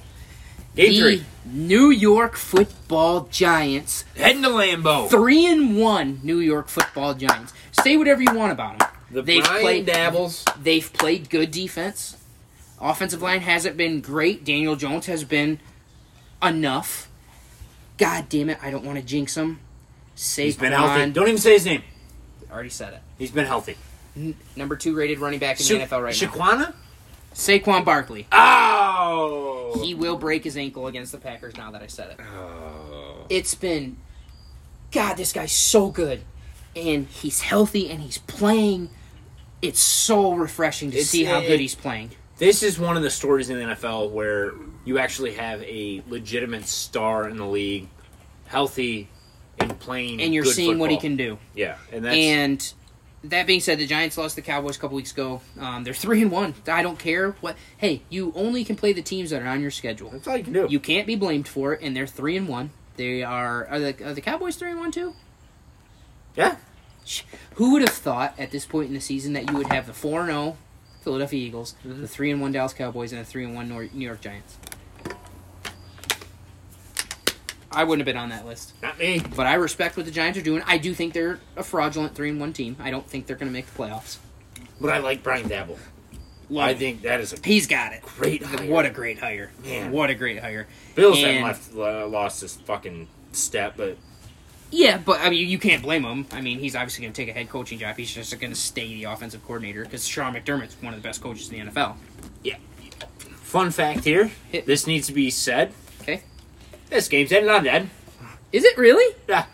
S1: Game
S2: The
S1: three.
S2: New York Football Giants,
S1: Heading to Lambeau.
S2: three and one. New York Football Giants. Say whatever you want about them.
S1: the
S2: they've
S1: Brian
S2: played-
S1: Dabbles.
S2: They've played good defense. Offensive line hasn't been great. Daniel Jones has been enough. God damn it! I don't want to jinx him. Saquon
S1: He's been healthy. Don't even say his name.
S2: already said it.
S1: He's been healthy.
S2: N- number two rated running back in the NFL right now.
S1: Shaquana?
S2: Saquon Barkley.
S1: Oh!
S2: He will break his ankle against the Packers. Now that I said it.
S1: oh.
S2: it's been god this guy's so good and he's healthy and he's playing it's so refreshing to
S1: It's-
S2: see how
S1: it-
S2: good he's playing
S1: This is one of the stories in the NFL where you actually have a legitimate star in the league, healthy and playing.
S2: and you're
S1: good
S2: seeing what he
S1: football.
S2: can do
S1: Yeah, and that's
S2: and that being said the giants lost the cowboys a couple weeks ago um, they're three and one i don't care what hey you only can play the teams that are on your schedule
S1: that's all you can do.
S2: you can't be blamed for it and they're three and one they are are the, are the cowboys three and one too
S1: yeah,
S2: Who would have thought at this point in the season that you would have the 4 0 Philadelphia Eagles, the 3 and 1 Dallas Cowboys, and the 3 and 1 Nor- New York Giants? I wouldn't have been on that list.
S1: not me.
S2: But I respect what the Giants are doing. I do think they're a fraudulent 3 and 1 team. I don't think they're going to make the playoffs.
S1: But I like Brian Dabble.
S2: Love
S1: I
S2: it.
S1: think that is a
S2: He's got it.
S1: great hire.
S2: What a great hire.
S1: Man.
S2: What a great hire.
S1: Bills had
S2: and-
S1: left uh, lost his fucking step, but
S2: Yeah, but I mean, you can't blame him. I mean, he's obviously going to take a head coaching job. He's just going to stay the offensive coordinator because Sean McDermott's one of the best coaches in the NFL.
S1: yeah. Fun fact here:
S2: Hit-
S1: this needs to be said.
S2: Okay.
S1: This game's ended on dead.
S2: Is it really?
S1: Yeah,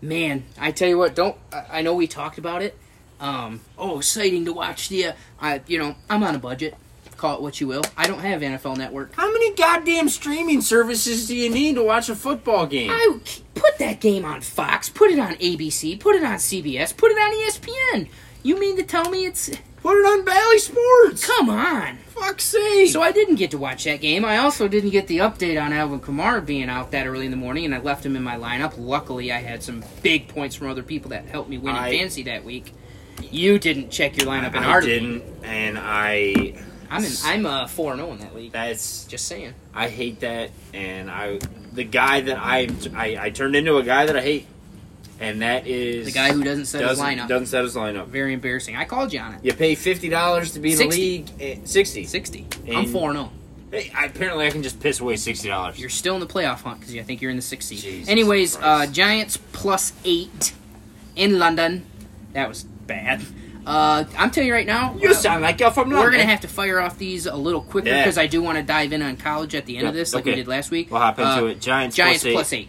S2: Man, I tell you what, don't I I know we talked about it. Um, oh, exciting to watch the. Uh, I you know I'm on a budget. Call it what you will. I don't have NFL Network.
S1: How many goddamn streaming services do you need to watch a football game?
S2: I would k- put that game on E Fox. Put it on ABC. Put it on CBS. Put it on ESPN. You mean to tell me it's?
S1: Put Put it on Valley Sports.
S2: Come on.
S1: Fuck's sake.
S2: So I didn't get to watch that game. I also didn't get the update on Alvin Kamara being out that early in the morning, and I left him in my lineup. Luckily, I had some big points from other people that helped me win
S1: I-
S2: in fantasy that week. You didn't check your lineup in
S1: I
S2: our
S1: didn't, and I.
S2: I'm in, I'm uh four zero in that league.
S1: That's
S2: Just saying.
S1: I hate that, and I the guy that I I, I turned into a guy that I hate, and that is
S2: The guy who doesn't set
S1: doesn't,
S2: his lineup.
S1: doesn't set his lineup.
S2: Very embarrassing. I called you on it.
S1: You pay fifty dollars to be in the
S2: 60.
S1: league. eh, Sixty.
S2: Sixty. I'm
S1: And-
S2: four zero.
S1: Hey, I, apparently, I can just piss away sixty dollars.
S2: You're still in the playoff hunt because I think you're in the sixth seed.
S1: Jesus
S2: Anyways, uh,
S1: Christ.
S2: Giants plus eight in London. That was bad. Uh, I'm telling you right now,
S1: You
S2: uh,
S1: sound like you're from London.
S2: we're gonna have to fire off these a little quicker
S1: Yeah.
S2: because I do want to dive in on college at the end of
S1: Yeah,
S2: this, like we
S1: okay.
S2: did last week.
S1: We'll hop into
S2: Uh,
S1: it. Giants,
S2: Giants
S1: plus, eight.
S2: plus eight.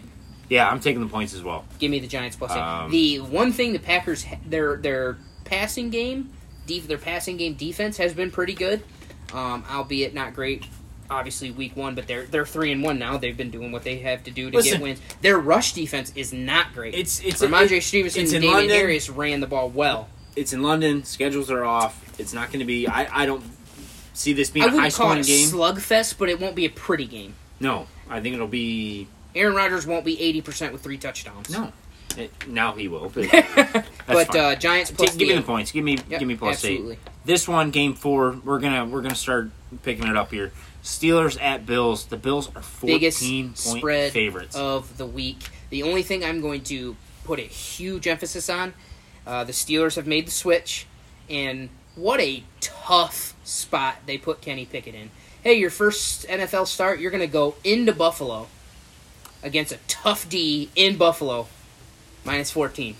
S1: Yeah, I'm taking the points as well.
S2: Give me the Giants plus eight.
S1: Um,
S2: the one thing the Packers ha- their their passing game, def- their passing game defense has been pretty good, um, albeit not great. Obviously, week one, but they're they're three and one now. They've been doing what they have to do to
S1: Listen.
S2: get wins. Their rush defense is not great.
S1: It's it's
S2: Ramondre Stevenson
S1: it's in
S2: and Damian
S1: London.
S2: Harris ran the ball well.
S1: it's in London. Schedules are off. It's not going to be. I, I don't see this being
S2: I
S1: a high
S2: wouldn't call it
S1: scoring
S2: a
S1: game.
S2: slugfest, but it won't be a pretty game.
S1: no, I think it'll be
S2: Aaron Rodgers won't be eighty percent with three touchdowns.
S1: no. It- eh, now he will. But,
S2: but uh, Giants plus
S1: give me the
S2: eight.
S1: points. Give me
S2: Yep,
S1: give me plus
S2: absolutely.
S1: eight. This one, game four, we're gonna we're gonna start picking it up here. Steelers at Bills. The Bills are
S2: biggest
S1: fourteen point
S2: spread
S1: favorites.
S2: of the week. The only thing I'm going to put a huge emphasis on, uh, the Steelers have made the switch, and what a tough spot they put Kenny Pickett in. Hey, your first NFL start, you're going to go into Buffalo against a tough D in Buffalo, minus 14.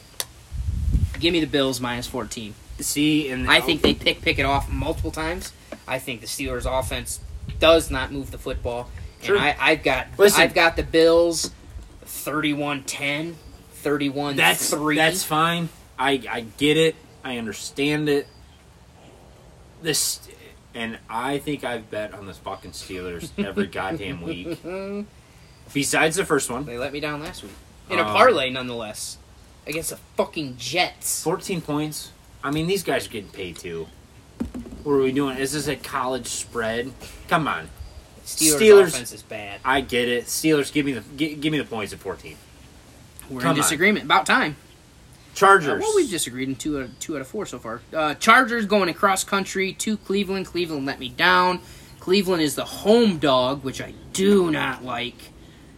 S2: Give me the Bills minus 14.
S1: see, and
S2: I think they pick Pickett off multiple times. I think the Steelers' offense does not move the football.
S1: Sure.
S2: And I, I've got
S1: Listen.
S2: I've got the Bills 31-10, 31
S1: that's
S2: 3.
S1: that's fine. I I get it. I understand it. This and I think I've bet on the fucking Steelers every goddamn week. Besides the first one,
S2: they let me down last week. In a
S1: Um,
S2: parlay nonetheless. Against the fucking Jets.
S1: 14 points. I mean, these guys are getting paid too. What are we doing? Is this a college spread? Come on.
S2: Steelers,
S1: Steelers-
S2: offense is bad.
S1: I get it. Steelers, give me the give, give me the points at 14.
S2: We're
S1: come on.
S2: in disagreement. About time. Uh,
S1: Chargers.
S2: well, we've disagreed in two out of, two out of four so far. Uh, Chargers going across country to Cleveland. Cleveland let me down. Cleveland is the home dog, which I do not like.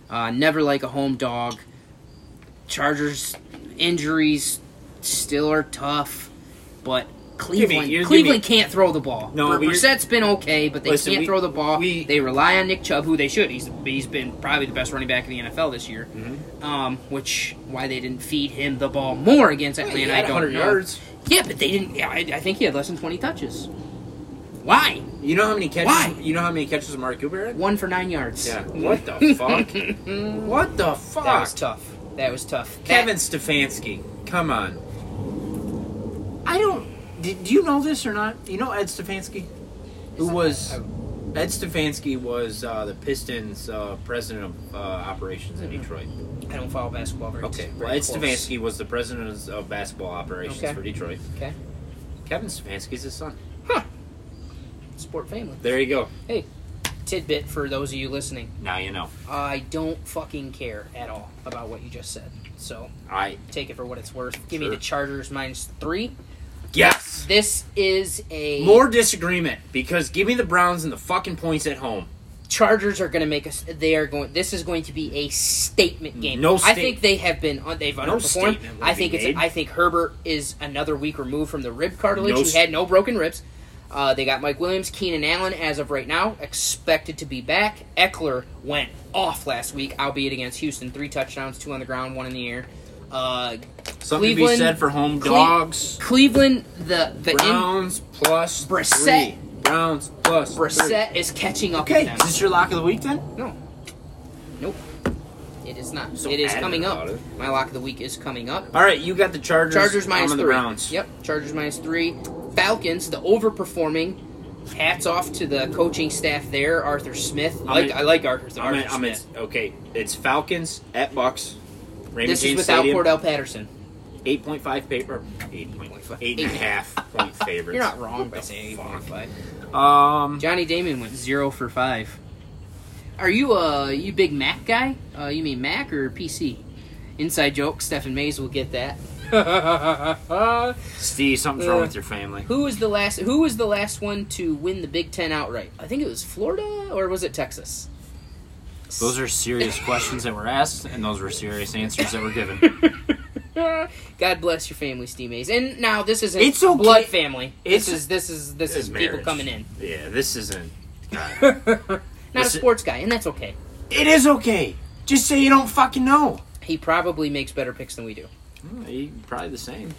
S2: Uh, never like a home dog. Chargers injuries still are tough, but Cleveland
S1: you're- give
S2: Cleveland
S1: me-
S2: can't throw the ball.
S1: No,
S2: Bur-
S1: we're-
S2: Brissett's been okay, but they
S1: Listen,
S2: can't
S1: we-
S2: throw the ball.
S1: we-
S2: they rely on Nick Chubb, who they should. He's he's been probably the best running back in the NFL this year.
S1: Mm-hmm.
S2: Um, which why they didn't feed him the ball more against Atlanta,
S1: He
S2: I
S1: had
S2: don't
S1: 100
S2: know.
S1: yards.
S2: Yeah, but they didn't. Yeah, I, I think he had less than twenty touches. Why?
S1: You know how many catches?
S2: Why?
S1: You know how many catches Amari Cooper had?
S2: One for nine yards. Mm.
S1: Yeah. What the fuck? What the fuck?
S2: That was tough. That was tough. That-
S1: Kevin Stefanski. Come on. I don't. Did, do you know this or not? You know Ed Stefanski, who
S2: Isn't
S1: was
S2: that-
S1: Ed Stefanski was uh, the Pistons' uh, president of uh, operations in Detroit.
S2: I don't follow basketball very.
S1: Okay, well
S2: Mm-hmm. very
S1: Ed
S2: close.
S1: Stefanski was the president of basketball operations
S2: Okay.
S1: for Detroit.
S2: Okay.
S1: Kevin Stefanski's his son.
S2: Sport family.
S1: There you go.
S2: Hey, tidbit for those of you listening.
S1: Now you know.
S2: I don't fucking care at all about what you just said. So
S1: I
S2: take it for what it's worth. Give
S1: Sure.
S2: me the Chargers minus three.
S1: yes.
S2: This is a
S1: More disagreement because give me the Browns and the fucking points at home.
S2: Chargers are going to make us. They are going. This is going to be a statement game.
S1: No
S2: I
S1: state-
S2: think they have been. They've underperformed.
S1: statement will
S2: I
S1: be
S2: think it's.
S1: made.
S2: I think Herbert is another week removed from the rib cartilage.
S1: No
S2: he
S1: s-
S2: had no broken ribs. Uh, they got Mike Williams, Keenan Allen as of right now expected to be back. Eckler went off last week, albeit against Houston, three touchdowns, two on the ground, one in the air. Uh,
S1: Something to be
S2: Cleveland-
S1: said for home
S2: Cle-
S1: dogs.
S2: Cleveland, the the in-
S1: Browns plus
S2: Brissett.
S1: three. Browns plus
S2: Brissett is catching up
S1: Three. Okay,
S2: with
S1: is
S2: them.
S1: this your lock of the week then?
S2: No. Nope. It is not.
S1: So
S2: it is
S1: adamant
S2: coming up.
S1: about it.
S2: My lock of the week is coming up.
S1: All right, you got the Chargers.
S2: Chargers
S1: I'm
S2: minus
S1: on
S2: three.
S1: the Browns.
S2: Yep. Chargers minus three. Falcons, the overperforming. Hats off to the coaching staff there, Arthur Smith. I like
S1: in-
S2: I like Arthur,
S1: I'm
S2: Arthur
S1: in, I'm in,
S2: Smith.
S1: okay, it's Falcons at Bucks. Raymond
S2: This is
S1: James
S2: without
S1: Stadium.
S2: Cordell Patterson.
S1: Eight point five paper. Eight point five. Eight and a half point favorites.
S2: You're not wrong by
S1: What the
S2: saying
S1: fuck?
S2: 8.5.
S1: Um,
S2: Johnny Damon went zero for five. Are you uh you big Mac guy? Uh, you mean Mac or PC? Inside joke. Stephen Mays will get that.
S1: Steve, something's
S2: Uh,
S1: wrong with your family.
S2: who was the last? Who was the last one to win the Big Ten outright? I think it was Florida or was it Texas?
S1: Those are serious questions that were asked, and those were serious answers that were given.
S2: God bless your family, Steve Mays. And now this isn't
S1: It's okay.
S2: blood family. This
S1: It's-
S2: is this is this
S1: It's
S2: is people
S1: marriage.
S2: coming in.
S1: Yeah, this isn't.
S2: Not
S1: This
S2: a
S1: is-
S2: sports guy, and that's okay.
S1: It is okay. Just say you don't fucking know.
S2: He probably makes better picks than we do.
S1: Mm, Probably the same.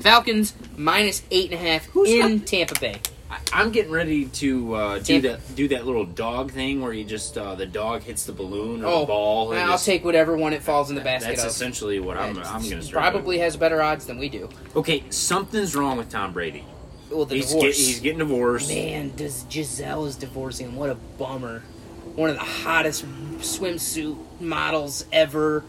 S2: Falcons minus eight and a half
S1: Who's
S2: in Tampa Bay.
S1: I, I'm getting ready to uh, do
S2: Damn.
S1: that do that little dog thing where you just uh, the dog hits the balloon or
S2: Oh,
S1: the ball. and
S2: I'll
S1: just-
S2: take whatever one it falls in the basket.
S1: That's
S2: of.
S1: essentially what I'm, I'm going to
S2: He
S1: start.
S2: probably has better odds than we do.
S1: with. Okay, something's wrong with Tom Brady.
S2: Well, the
S1: He's, get,
S2: divorce.
S1: he's getting divorced.
S2: Man, does Giselle is divorcing him? What a bummer! One of the hottest swimsuit models ever.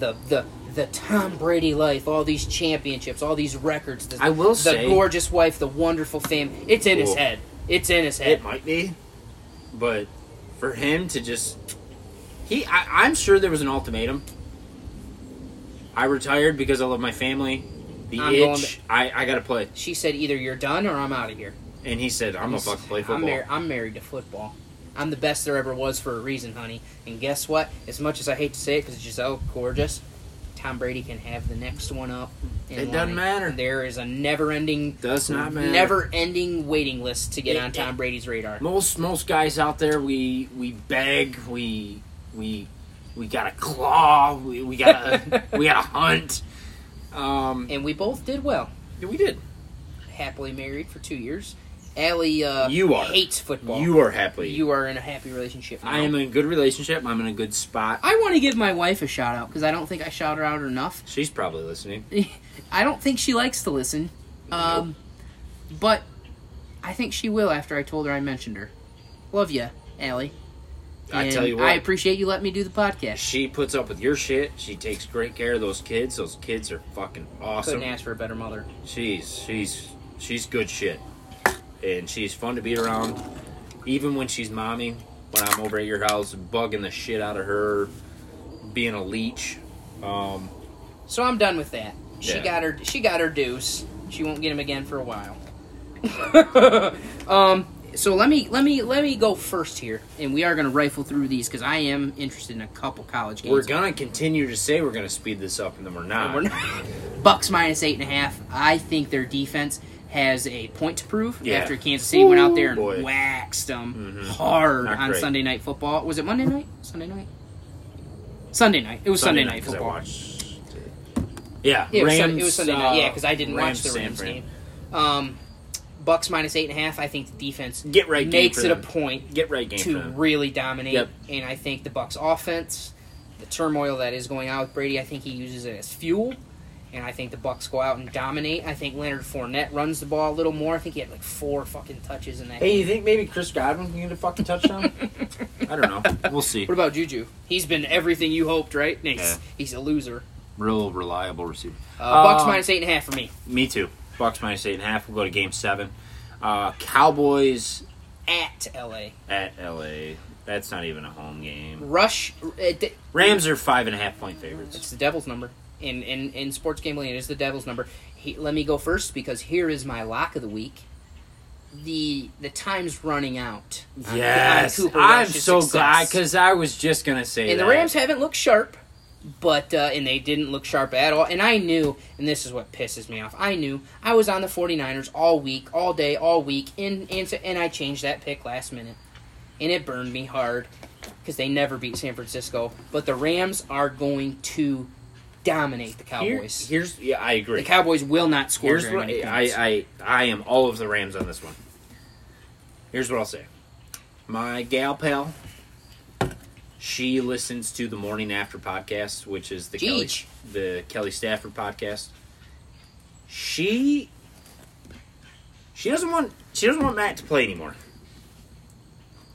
S2: The the the Tom Brady life, all these championships, all these records. The,
S1: I will
S2: the
S1: say-
S2: gorgeous wife, the wonderful fame. It's in his
S1: Cool.
S2: head. It's in his head.
S1: It might be, but for him to just he, I, I'm sure there was an ultimatum. I retired because I love my family. The
S2: I'm going
S1: itch, I, I got to play.
S2: She said, "Either you're done, or I'm out of here."
S1: And he said, "I'm gonna
S2: He's-
S1: fucking play football."
S2: I'm, mar- I'm married to football. I'm the best there ever was for a reason, honey. And guess what? As much as I hate to say it, because Giselle gorgeous, Tom Brady can have the next one up. in
S1: It doesn't
S2: line.
S1: matter.
S2: There is a never-ending,
S1: Does not matter.
S2: never-ending waiting list to get
S1: It-
S2: on Tom Brady's radar.
S1: most most guys out there we we beg we we we got to claw we, we got to we got to hunt um
S2: And we both did well.
S1: we did
S2: Happily married for two years. Allie, uh,
S1: You are.
S2: hates football.
S1: you are happy
S2: You are in a happy relationship. Now.
S1: i am in a good relationship i'm in a good spot
S2: I want to give my wife a shout out because I don't think I shout her out enough.
S1: she's probably listening
S2: I don't think she likes to listen. Um, but I think she will after I told her I mentioned her. Love you, Allie.
S1: i
S2: And
S1: tell you what
S2: I appreciate you letting me do the podcast.
S1: she puts up with your shit she takes great care of those kids those kids are fucking awesome
S2: Couldn't ask for a better mother.
S1: she's she's she's good shit and she's fun to be around even when she's mommy when i'm over at your house bugging the shit out of her being a leech um
S2: So I'm done with that. She
S1: Yeah.
S2: got her. She got her deuce. She won't get him again for a while. um. So let me let me let me go first here, and we are going to rifle through these because I am interested in a couple college games.
S1: we're gonna continue to say we're gonna speed this up and then we're not,
S2: We're not- Bucks minus eight and a half. I think their defense has a point to prove
S1: Yeah.
S2: after Kansas City went out there and
S1: Boy. Mm-hmm.
S2: waxed them hard
S1: Not
S2: on
S1: great.
S2: Sunday night football. Was it Monday night? Sunday night. Sunday night. It was Sunday, night,
S1: 'cause I
S2: football.
S1: watched yeah
S2: Yeah, it, was
S1: Rams,
S2: Sunday, it was Sunday night. Yeah,
S1: uh,
S2: because I didn't
S1: Rams,
S2: watch the
S1: San
S2: Rams
S1: Fran.
S2: game. Um, Bucks minus eight and a half. I think the defense
S1: get right game
S2: makes
S1: for
S2: it a
S1: them.
S2: point
S1: get right game for
S2: to
S1: them.
S2: really dominate.
S1: Yep.
S2: And I think the Bucks offense, the turmoil that is going on with Brady, I think he uses it as fuel. And I think the Bucks go out and dominate. I think Leonard Fournette runs the ball a little more. I think he had like four fucking touches in that.
S1: hey
S2: game.
S1: you think maybe chris godwin can get a fucking touchdown i don't know we'll see
S2: What about Juju? He's been everything you hoped, right? He's,
S1: Yeah.
S2: he's a loser.
S1: real reliable receiver
S2: Uh, Bucks
S1: Um,
S2: minus eight and a half for me.
S1: Me too. Bucks minus eight and a half. We'll go to game seven. Uh, Cowboys
S2: At LA,
S1: at LA. That's not even a home game.
S2: Rush. uh, It,
S1: Rams are five and a half point favorites.
S2: It's the devil's number. In in in sports gambling, it is the devil's number. He, let me go first because here is my lock of the week. The the time's running out. on- on Cooper
S1: I'm
S2: Rush's
S1: so
S2: success.
S1: glad because I was just gonna say
S2: and the
S1: that.
S2: Rams haven't looked sharp, but uh, and they didn't look sharp at all. And I knew, and this is what pisses me off. I knew I was on the 49ers all week, all day, all week, and and, so- and I changed that pick last minute, and it burned me hard because they never beat San Francisco. But the Rams are going to dominate the
S1: Here-
S2: Cowboys.
S1: here's yeah, I
S2: the
S1: agree.
S2: Cowboys will not score.
S1: Here's
S2: very
S1: what
S2: many
S1: I,
S2: points.
S1: I I am all of the Rams on this one. Here's what I'll say. My gal pal, she listens to the morning after podcast, which is the Kelly,
S2: Jeez.
S1: the Kelly Stafford podcast. She she doesn't want she doesn't want Matt to play anymore.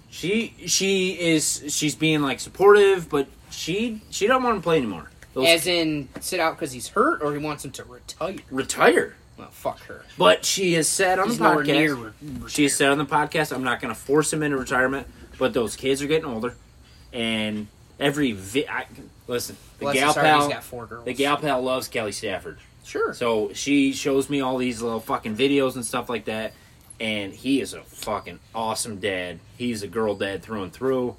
S1: She she is she's being like supportive, but she she don't want to play anymore. Those-
S2: As in, sit out because he's hurt, or he wants him to retire.
S1: retire.
S2: Well, fuck her.
S1: But she has said on
S2: He's
S1: the
S2: nowhere
S1: podcast.
S2: near. re- re-
S1: She said on the podcast, I'm not going to force him into retirement, but those kids are getting older, and every vi- I, listen, the
S2: Bless
S1: gal
S2: his heart,
S1: pal,
S2: He's got four girls.
S1: the gal pal loves Kelly Stafford,
S2: Sure.
S1: so she shows me all these little fucking videos and stuff like that, and he is a fucking awesome dad. He's a girl dad through and through,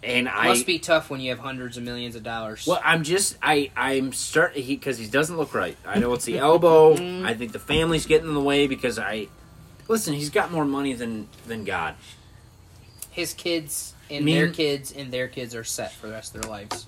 S1: and I
S2: Must be tough when you have hundreds of millions of dollars.
S1: Well, I'm just I I'm start he because he doesn't look right. I know it's the elbow.
S2: Mm.
S1: I think the family's getting in the way because I listen. He's got more money than than God.
S2: His kids and
S1: Me-
S2: their kids and their kids are set for the rest of their lives.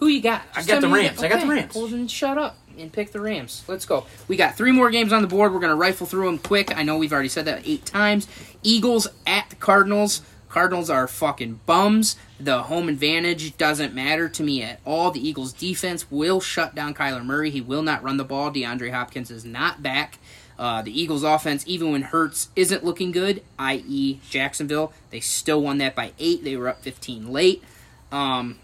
S2: Who you got?
S1: I
S2: Just
S1: got
S2: tell
S1: the
S2: me who you
S1: Rams. I got the
S2: Okay,
S1: Rams.
S2: Well, then shut up and pick the Rams. Let's go. We got three more games on the board. We're going to rifle through them quick. I know we've already said that eight times. Eagles at the Cardinals. Cardinals are fucking bums. The home advantage doesn't matter to me at all. The Eagles' defense will shut down Kyler Murray. He will not run the ball. DeAndre Hopkins is not back. Uh, the Eagles' offense, even when Hertz isn't looking good, i.e., Jacksonville, they still won that by eight. They were up 15 late. Um,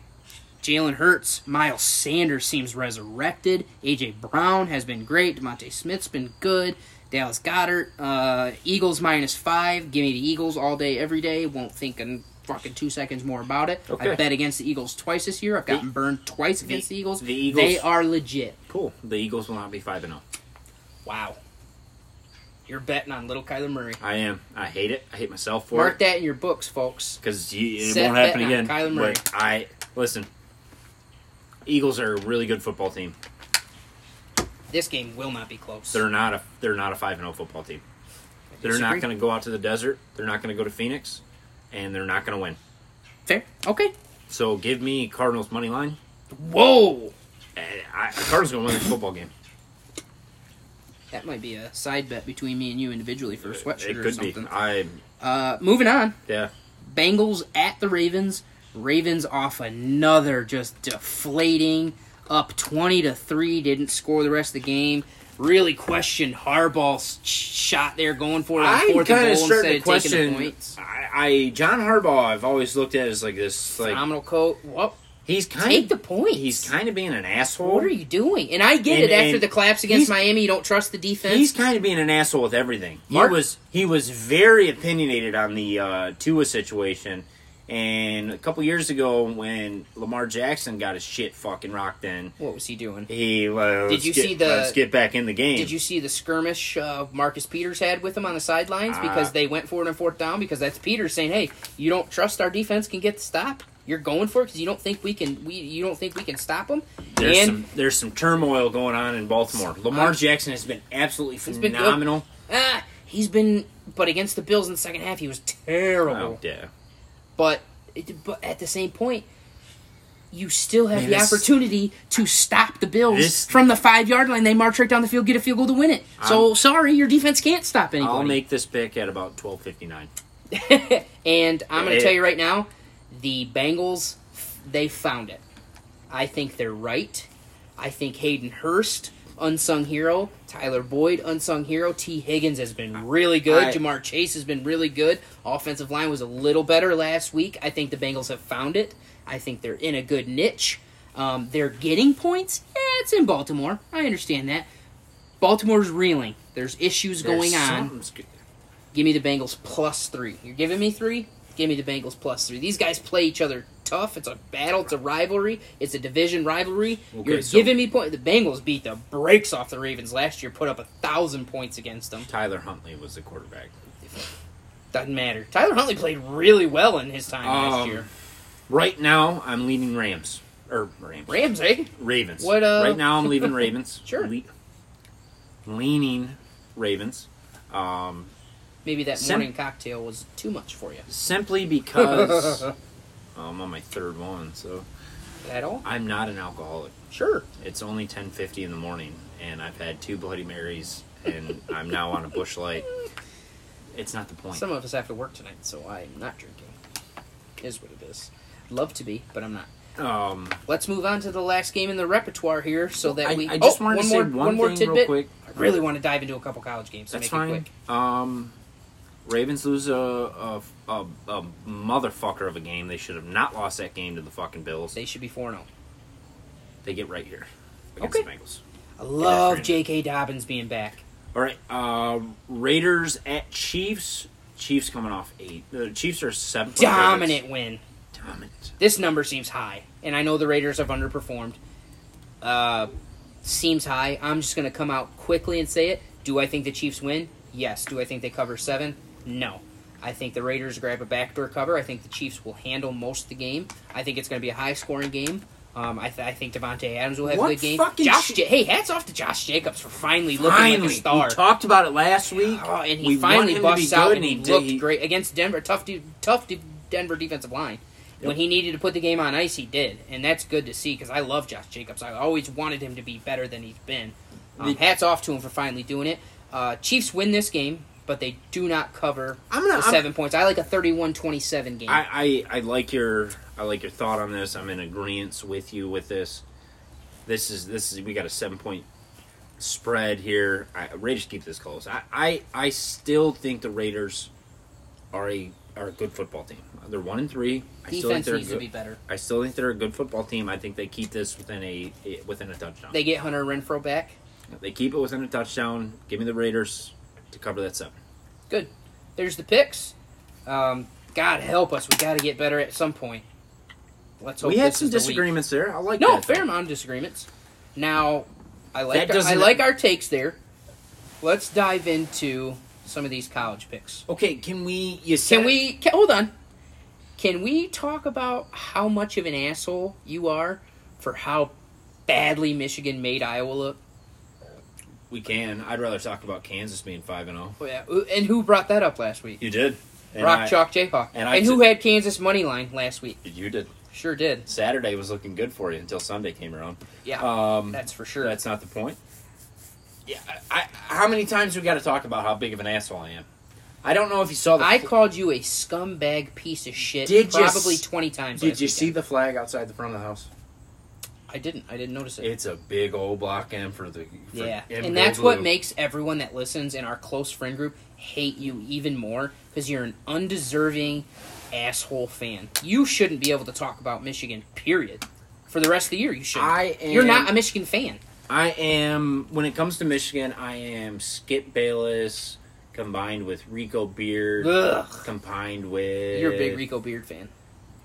S2: Jalen Hurts, Miles Sanders seems resurrected. AJ Brown has been great. Demonte Smith's been good. Dallas Goddard, uh, Eagles minus five. Give me the Eagles all day, every day. Won't think in fucking two seconds more about it. I
S1: Okay.
S2: bet against the Eagles twice this year. I've gotten burned twice against the, Eagles.
S1: the Eagles-
S2: They are legit.
S1: Cool. The Eagles will not be five and oh. zero.
S2: Wow. You're betting on little Kyler Murray.
S1: I am. I hate it. I hate myself for
S2: Mark
S1: it
S2: that in your books, folks.
S1: because it
S2: Seth
S1: won't happen
S2: Bettner,
S1: again.
S2: Kyler Murray.
S1: But I listen. Eagles are a really good football team.
S2: This game will not be close.
S1: They're not a they're not a five and zero football team. They're not
S2: Disagree?
S1: going to go out to the desert. They're not going to go to Phoenix, and they're not going to win.
S2: Fair. Okay.
S1: So give me Cardinals money line.
S2: Whoa.
S1: And I, the Cardinals gonna win this football game.
S2: That might be a side bet between me and you individually for a sweatshirt
S1: It
S2: or
S1: could be.
S2: something.
S1: I
S2: Uh, moving on.
S1: yeah.
S2: Bengals at the Ravens. Ravens off another just deflating, up twenty to three. Didn't score the rest of the game. Really questioned Harbaugh's sh- shot there, going for it on
S1: I'm
S2: fourth and
S1: kind
S2: goal
S1: of
S2: instead
S1: starting
S2: of
S1: to
S2: taking
S1: question.
S2: the points.
S1: I, I John Harbaugh. I've always looked at as like this. Like
S2: Phenomenal coat. Well,
S1: he's kind
S2: take
S1: of
S2: the points.
S1: he's kind of being an asshole.
S2: what are you doing? And I get
S1: And-
S2: it after
S1: and
S2: the collapse against
S1: he's-
S2: Miami. You don't trust the defense.
S1: He's kind of being an asshole with everything.
S2: Mark-
S1: he was he was very opinionated on the uh, Tua situation, and a couple years ago when Lamar Jackson got his shit fucking rocked in,
S2: what was he doing?
S1: he uh, let's
S2: Did you
S1: get-
S2: see the-
S1: let's get back in the game?
S2: Did you see the skirmish uh, Marcus Peters had with him on the sidelines because
S1: Ah.
S2: they went for it on fourth down? Because that's Peters saying, "Hey, you don't trust our defense can get the stop. You're going for it because you don't think we can. We you don't think we can stop them."
S1: There's
S2: and
S1: some there's some turmoil going on in Baltimore. Lamar
S2: Uh,
S1: Jackson has been absolutely
S2: been good.
S1: phenomenal.
S2: ah, he's been, but against the Bills in the second half, he was terrible.
S1: Oh yeah,
S2: But it, but at the same point. You still have
S1: Man,
S2: the
S1: this-
S2: opportunity to stop the Bills
S1: This-
S2: from the five yard line. They march right down the field, get a field goal to win it. So sorry, your defense can't stop anybody.
S1: I'll make this pick at about twelve fifty nine.
S2: And I'm going to
S1: It-
S2: tell you right now, the Bengals, they found it. I think they're right. I think Hayden Hurst, unsung hero. Tyler Boyd, unsung hero. T. Higgins has been really good.
S1: I-
S2: Jamar Chase has been really good. Offensive line was a little better last week. I think the Bengals have found it. I think they're in a good niche. Um, they're getting points. Yeah, it's in Baltimore. I understand that. Baltimore's reeling. There's issues going on. Give me the Bengals plus three. You're giving me three? Give me the Bengals plus three. These guys play each other tough. It's a battle. It's a rivalry. It's a division rivalry.
S1: Okay,
S2: You're
S1: so-
S2: giving me point. The Bengals beat the brakes off the Ravens last year. Put up a thousand points against them.
S1: Tyler Huntley was the quarterback.
S2: Doesn't matter. Tyler Huntley played really well in his time last
S1: Um,
S2: year.
S1: Right now, I'm leaning Rams or Rams
S2: Rams, eh?
S1: Ravens.
S2: What, uh,
S1: Right now, I'm leaving Ravens.
S2: Sure.
S1: Le- leaning Ravens. Um,
S2: Maybe that
S1: Sim-
S2: morning cocktail was too much for you.
S1: simply because Oh, I'm on my third one, so
S2: At all?
S1: I'm not an alcoholic.
S2: Sure.
S1: It's only 10:50 in the morning, and I've had two Bloody Marys, and I'm now on a bush light. It's not the point.
S2: Some of us have to work tonight, so I'm not drinking. Is what it is. Love to be, but I'm not.
S1: Um,
S2: Let's move on to the last game in the repertoire here, so that
S1: I,
S2: we.
S1: I just
S2: oh,
S1: wanted to
S2: one more,
S1: say one,
S2: more
S1: thing
S2: tidbit.
S1: real quick.
S2: I really want to dive into a couple college games. So
S1: That's
S2: make
S1: fine.
S2: it
S1: Um, Ravens lose a, a, a, a motherfucker of a game. They should have not lost that game to the fucking Bills.
S2: They should be four oh. zero.
S1: they get right here against
S2: Okay.
S1: the Bengals.
S2: I love
S1: Randall.
S2: J.K. Dobbins being back.
S1: All right, um, Raiders at Chiefs. Chiefs coming off eight. The Chiefs are seven. point
S2: Dominant win.
S1: favorites. Dominant.
S2: This number seems high, and I know the Raiders have underperformed. Uh, seems high. I'm just going to come out quickly and say it. Do I think the Chiefs win? Yes. Do I think they cover seven? No. I think the Raiders grab a backdoor cover. I think the Chiefs will handle most of the game. I think it's going to be a high scoring game. Um, I, th- I think Devontae Adams will have
S1: What
S2: a good game.
S1: fucking
S2: Josh,
S1: shit-
S2: ja- hey, hats off to Josh Jacobs for finally looking
S1: Finally,
S2: like a star.
S1: we talked about it last week.
S2: Oh, and he
S1: we want
S2: finally
S1: him to be
S2: busts out
S1: good,
S2: and he,
S1: did-
S2: looked great against Denver. Tough, de- tough de- Denver defensive line. When he needed to put the game on ice, he did, and that's good to see because I love Josh Jacobs. I always wanted him to be better than he's been. Um,
S1: The-
S2: hats off to him for finally doing it. Uh, Chiefs win this game, but they do not cover
S1: I'm gonna-
S2: the
S1: I'm-
S2: 7 points. I like a 31-27 game.
S1: I, I I like your I like your thought on this. I'm in agreement with you with this. This is this is we got a seven point spread here. I, Raiders keep this close. I, I I still think the Raiders are a are a good football team. They're one and three. I still think
S2: Defense
S1: they're a
S2: needs to
S1: good-
S2: be better.
S1: I still think they're a good football team. I think they keep this within a within a touchdown.
S2: They get Hunter Renfro back.
S1: they keep it within a touchdown. Give me the Raiders to cover that seven.
S2: Good. There's the picks. Um, God help us. We got to get better at some point. Let's hope
S1: we had
S2: this
S1: some
S2: is the week.
S1: disagreements there. I like
S2: No,
S1: that,
S2: fair
S1: though.
S2: amount of disagreements. Now, I like
S1: That
S2: our, I
S1: doesn't-
S2: like our takes there. Let's dive into some of these college picks.
S1: Okay, can we? You
S2: Can
S1: said-
S2: we? Can, hold on. Can we talk about how much of an asshole you are for how badly Michigan made Iowa look,
S1: We can. I'd rather talk about Kansas being five and zero.
S2: Oh, yeah. and who brought that up last week?
S1: You did. And
S2: Rock
S1: I-
S2: Chalk Jayhawk,
S1: and
S2: and,
S1: I
S2: who
S1: t-
S2: had Kansas money line last week?
S1: You did.
S2: Sure did.
S1: Saturday was looking good for you until Sunday came around.
S2: Yeah,
S1: Um,
S2: that's for sure.
S1: that's not the point. Yeah. I, I, how many times we got to talk about how big of an asshole I am? I don't know if you saw the.
S2: I called you a scumbag piece of shit.
S1: Did you s-
S2: probably twenty times.
S1: did
S2: last
S1: you
S2: weekend.
S1: see the flag outside the front of the house?
S2: I didn't. I didn't notice it.
S1: It's a big old block M for the. For
S2: yeah,
S1: M
S2: and
S1: go
S2: that's what
S1: blue.
S2: makes everyone that listens in our close friend group hate you even more because you're an undeserving asshole fan. You shouldn't be able to talk about Michigan. Period. For the rest of the year, you shouldn't.
S1: I am.
S2: you're not a Michigan fan.
S1: I am when it comes to Michigan, I am Skip Bayless combined with Rico Beard
S2: Ugh.
S1: combined with
S2: You're a big Rico Beard fan.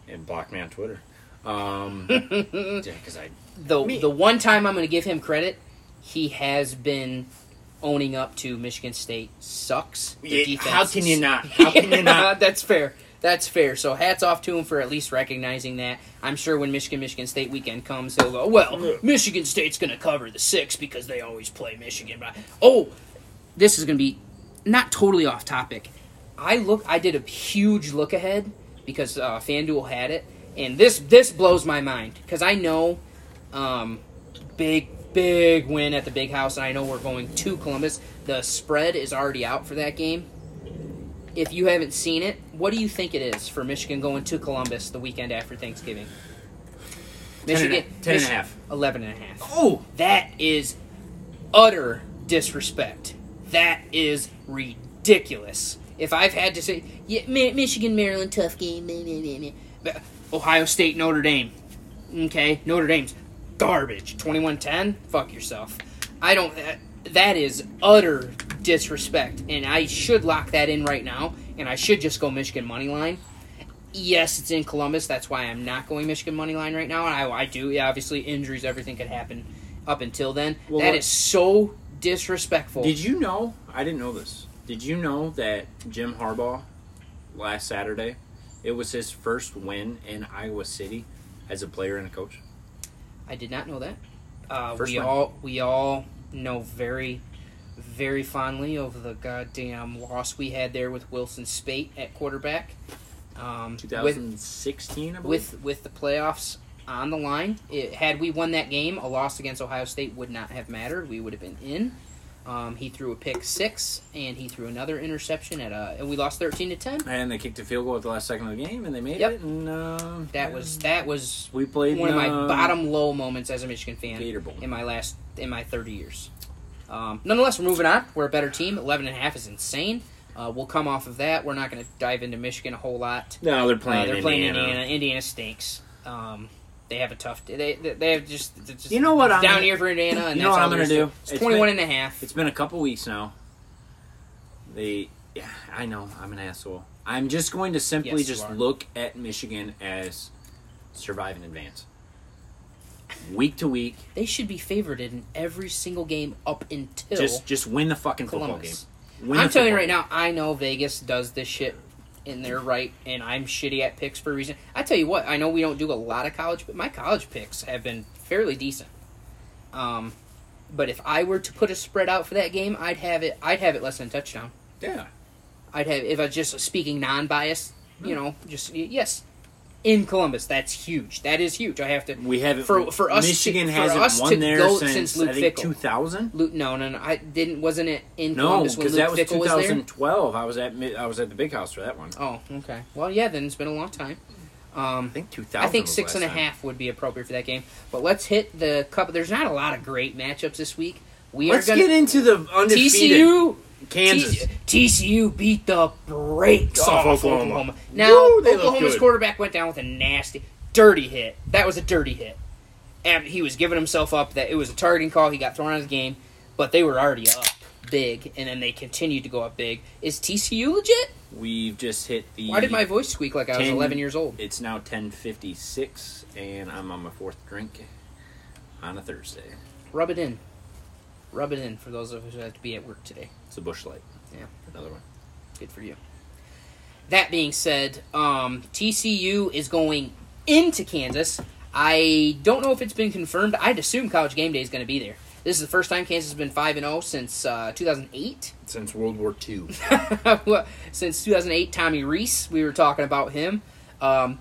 S1: and block me on Twitter. Um, yeah, because I
S2: The
S1: Me-
S2: the one time I'm going to give him credit, he has been owning up to Michigan State sucks. The
S1: Yeah,
S2: defense
S1: how can you not? How can you not?
S2: That's fair. That's fair. So hats off to him for at least recognizing that. I'm sure when Michigan Michigan State weekend comes, he'll go, "Well, Michigan State's going to cover the 6 because they always play Michigan." But oh, this is going to be not totally off topic. I look I did a huge look ahead because uh, FanDuel had it and this this blows my mind cuz I know um, big big win at the big house and I know we're going to Columbus. The spread is already out for that game. If you haven't seen it, what do you think it is for Michigan going to Columbus the weekend after Thanksgiving?
S1: Ten and a- ten and a
S2: Mich-
S1: half.
S2: 11 and a half.
S1: oh
S2: That is utter disrespect. That is ridiculous. If I've had to say, yeah, Mi- Michigan, Maryland, tough game, meh, meh, meh, meh. But Ohio State, Notre Dame. Okay, Notre Dame's garbage. 21 10, fuck yourself. I don't. that- That is utter disrespect. And I should lock that in right now, and I should just go Michigan money line. Yes, it's in Columbus. That's why I'm not going Michigan money line right now. And I, I do. Yeah, obviously, injuries, everything could happen up until then.
S1: Well,
S2: that
S1: what-
S2: is so disrespectful.
S1: did you know? I didn't know this. Did you know that Jim Harbaugh last Saturday? It was his first win in Iowa City as a player and a coach.
S2: I did not know that. Uh,
S1: First
S2: we
S1: one.
S2: all we all know very, very fondly of the goddamn loss we had there with Wilson Spate at quarterback. Um, with
S1: 2016, I believe.
S2: with with the playoffs on the line. It, had we won that game, a loss against Ohio State would not have mattered. We would have been in. Um, he threw a pick six, and he threw another interception at uh, and we lost thirteen to ten.
S1: and they kicked a field goal at the last second of the game, and they made
S2: Yep.
S1: it. And uh,
S2: That was that was
S1: we played
S2: one of my
S1: um,
S2: bottom low moments as a Michigan fan
S1: Gator Bowl.
S2: in my last in my 30 years. Um, nonetheless, we're moving on. We're a better team. 11 and a half is insane. Uh, we'll come off of that. We're not going to dive into Michigan a whole lot.
S1: No, they're
S2: Uh,
S1: playing.
S2: they're playing
S1: Indiana.
S2: Indiana. Indiana stinks. Um, They have a tough. They they, they have just, they're just
S1: You know what
S2: it's
S1: I'm
S2: down
S1: gonna-
S2: here for Indiana. And
S1: you know
S2: that's
S1: what
S2: all
S1: I'm gonna
S2: there is
S1: do?
S2: It's
S1: It's
S2: 21
S1: been-
S2: and a half.
S1: It's been a couple weeks now. They, yeah, I know I'm an asshole. I'm just going to simply
S2: Yes, you
S1: just
S2: are.
S1: look at Michigan as survive in advance. Week to week,
S2: They should be favored in every single game up until
S1: just just win the fucking
S2: Columbus.
S1: football game. Win
S2: I'm
S1: the
S2: telling you
S1: football
S2: right
S1: game.
S2: now, I know Vegas does this shit and they're right, and I'm shitty at picks for a reason. I tell you what, I know we don't do a lot of college, but my college picks have been fairly decent. Um, but if I were to put a spread out for that game, I'd have it. I'd have it less than a touchdown.
S1: Yeah,
S2: I'd have if I just speaking non-biased, you know, just y- yes, in Columbus, that's huge. That is huge. I have to.
S1: we haven't
S2: For- for us to-
S1: Michigan
S2: for
S1: hasn't
S2: us
S1: won
S2: to
S1: there
S2: go
S1: since,
S2: since Luke
S1: I think
S2: Fickell.
S1: 2000.
S2: Luke, no, no, no. I didn't. Wasn't it in
S1: No,
S2: Columbus when
S1: because
S2: Luke
S1: that was
S2: Fickle was there?
S1: 2012. I was at mid, I was at the big house for that one.
S2: Oh, okay. Well, yeah. Then it's been a long time. Um,
S1: I think 2000.
S2: I think
S1: was
S2: six
S1: last
S2: and a
S1: time.
S2: half would be appropriate for that game. But let's hit the cup. There's not a lot of great matchups this week. We
S1: Let's
S2: are going
S1: get into the undefeated
S2: TCU.
S1: Kansas.
S2: T- TCU beat the brakes
S1: Off
S2: off Oklahoma.
S1: Oklahoma.
S2: Now
S1: Woo, they look
S2: Oklahoma's
S1: good.
S2: quarterback went down with a nasty, dirty hit. That was a dirty hit, and he was giving himself up. That it was a targeting call. He got thrown out of the game, but they were already up big, and then they continued to go up big. Is TCU legit?
S1: We've just hit the.
S2: Why did my voice squeak like I was
S1: Ten-
S2: 11 years old?
S1: It's now 10:56, and I'm on my fourth drink on a Thursday.
S2: Rub it in. Rub it in for those of us who have to be at work today.
S1: It's a bush light.
S2: Yeah.
S1: another one.
S2: Good for you. That being said, um, TCU is going into Kansas. I don't know if it's been confirmed. I'd assume College Game Day is going to be there. This is the first time Kansas has been five and zero since uh, 2008.
S1: Since World War II,
S2: Well, since 2008, Tommy Reese. We were talking about him. Um,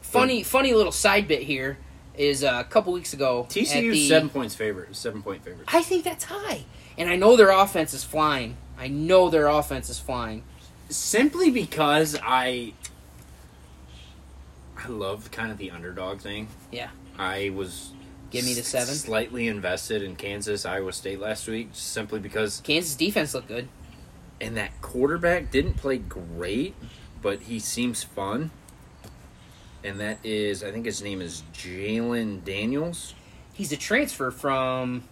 S2: funny, funny little side bit here is uh, a couple weeks ago. at
S1: TCU
S2: the-
S1: seven points favorite. Seven point favorite.
S2: I think that's high, and I know their offense is flying. I know their offense is flying.
S1: Simply because I, I love kind of the underdog thing.
S2: Yeah.
S1: I was.
S2: Give me the
S1: s-
S2: seven.
S1: Slightly invested in Kansas, Iowa State last week, simply because
S2: Kansas defense looked good.
S1: and that quarterback didn't play great, but he seems fun. And that is, I think his name is Jalen Daniels.
S2: He's a transfer from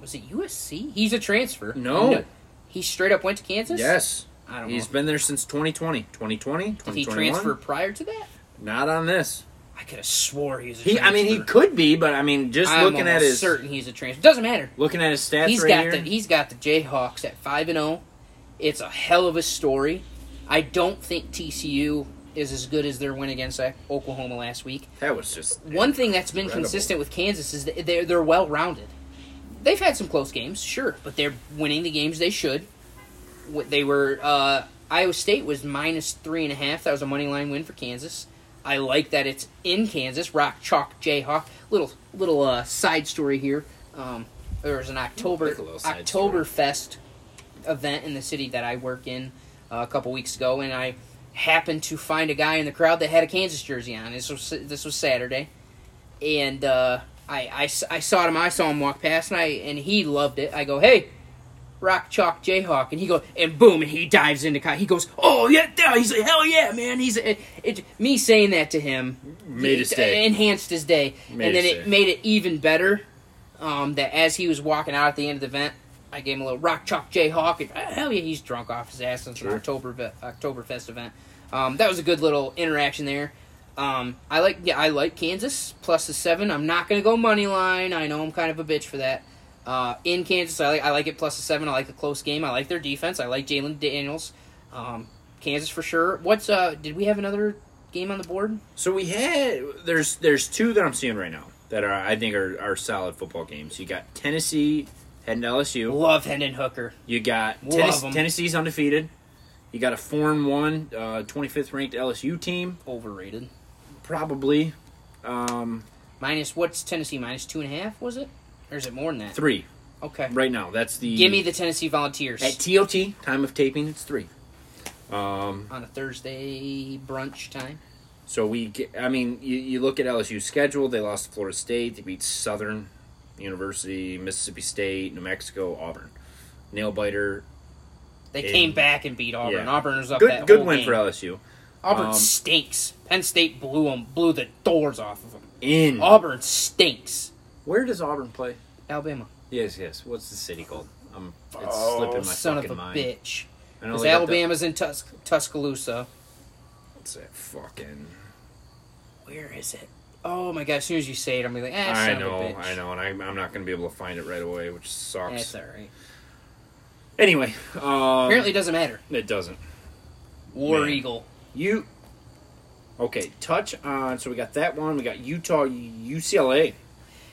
S2: was it USC? He's a transfer.
S1: No.
S2: He straight up went to Kansas?
S1: Yes,
S2: I don't
S1: he's
S2: know.
S1: been there since 2020, 2020,
S2: Did he
S1: 2021.
S2: transfer prior to that?
S1: Not on this.
S2: I could have swore he was a
S1: He, I
S2: transfer.
S1: mean, he could be, but I mean, just
S2: I'm
S1: looking at
S2: almost
S1: his
S2: certain he's a transfer. Doesn't matter.
S1: looking at his stats
S2: He's
S1: right
S2: got
S1: here.
S2: the he's got the Jayhawks at five and zero. It's a hell of a story. I don't think TCU is as good as their win against uh, Oklahoma last week.
S1: that was just
S2: One thing that's been
S1: Incredible.
S2: consistent with Kansas is that they're they're well rounded. They've had some close games, sure, but they're winning the games they should. What They were uh, Iowa State was minus three and a half. That was a money line win for Kansas. I like that it's in Kansas. Rock Chalk Jayhawk. Little little uh, side story here. Um, there was an October
S1: Like a little side story.
S2: Oktoberfest event in the city that I work in uh, a couple weeks ago, and I happened to find a guy in the crowd that had a Kansas jersey on. This was this was Saturday, and uh, I, I s- I saw him. I saw him walk past, and I and he loved it. I go, hey. Rock Chalk Jayhawk, and he goes, and boom, and he dives into Kyle. He goes, oh yeah, yeah," he's like, hell yeah, man. He's it, it, me saying that to him
S1: made his
S2: it
S1: day.
S2: enhanced his day,
S1: Made
S2: and then
S1: his
S2: it
S1: day.
S2: made it even better. Um, that as he was walking out at the end of the event, I gave him a little rock chalk Jayhawk, and ah, hell yeah, he's drunk off his ass since
S1: Sure.
S2: an October Oktoberfest event. Um, that was a good little interaction there. Um, I like yeah, I like Kansas plus the seven. I'm not gonna go money line. I know I'm kind of a bitch for that. Uh, in Kansas, I like I like it plus a seven. I like a close game. I like their defense. I like Jalen Daniels. Um, Kansas for sure. What's uh? Did we have another game on the board?
S1: So we had there's there's two that I'm seeing right now that are I think are, are solid football games. You got Tennessee heading to LSU.
S2: Love Hendon Hooker.
S1: You got
S2: Love
S1: Tennes-
S2: 'em.
S1: Tennessee's undefeated. You got a form one, uh, 25th ranked LSU team,
S2: Overrated.
S1: probably um,
S2: Minus what's Tennessee minus two and a half? Was it, or is it more than that?
S1: three
S2: Okay.
S1: right now. That's the
S2: Give me the Tennessee Volunteers
S1: at TOT time of taping. It's three. Um,
S2: on a Thursday brunch time.
S1: so we, get, I mean, you, you look at LSU's schedule. They lost to Florida State. They beat Southern University, Mississippi State, New Mexico, Auburn. Nail biter,
S2: They
S1: In-
S2: came back and beat Auburn.
S1: yeah.
S2: Auburn was up
S1: good
S2: that
S1: good
S2: whole
S1: win
S2: game.
S1: for LSU.
S2: Auburn
S1: Um,
S2: stinks. Penn State blew them, blew the doors off of them.
S1: in.
S2: Auburn stinks.
S1: Where does Auburn play?
S2: Alabama.
S1: Yes, yes. What's the city called? I'm. It's
S3: Oh,
S1: slipping my
S2: Son of
S1: fucking
S2: a
S1: mind.
S2: bitch.
S1: I know
S2: Because
S1: they got the-
S2: Alabama's in Tus- Tuscaloosa.
S3: What's that fucking?
S2: Where is it? Oh my god! As soon as you say it, I'm gonna be like, ah, son
S3: I
S2: of a
S3: know,
S2: bitch.
S3: I know, and I'm, I'm not going to be able to find it right away, which
S2: That's
S3: sucks.
S2: all right.
S1: Um,
S3: Anyway, um,
S2: Apparently, it doesn't matter.
S3: it doesn't.
S2: War
S3: man.
S2: Eagle.
S1: You. Okay, touch on. So we got that one. We got Utah, UCLA.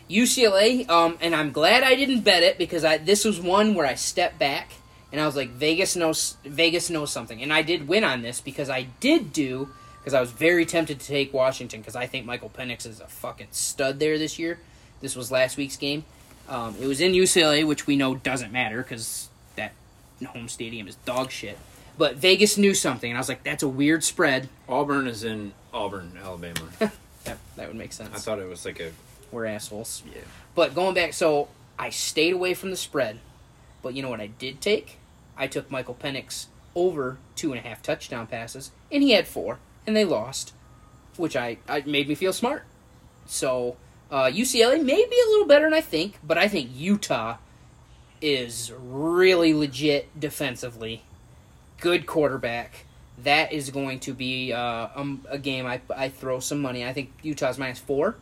S2: UCLA, um, and I'm glad I didn't bet it because I this was one where I stepped back and I was like, Vegas knows Vegas knows something, and I did win on this because I did do because I was very tempted to take Washington because I think Michael Penix is a fucking stud there this year. This was last week's game. Um, it was in UCLA, which we know doesn't matter because that home stadium is dog shit. But Vegas knew something, and I was like, that's a weird spread.
S1: Auburn is in Auburn, Alabama.
S2: That, that would make sense.
S1: I thought it was like a.
S2: We're assholes.
S1: Yeah.
S2: But going back, so I stayed away from the spread. But you know what I did take? I took Michael Penix over two and a half touchdown passes, and he had four, and they lost, which I, I made me feel smart. So uh, UCLA may be a little better than I think, but I think Utah is really legit defensively. Good quarterback. That is going to be uh, um, a game I, I throw some money. I think Utah's minus four.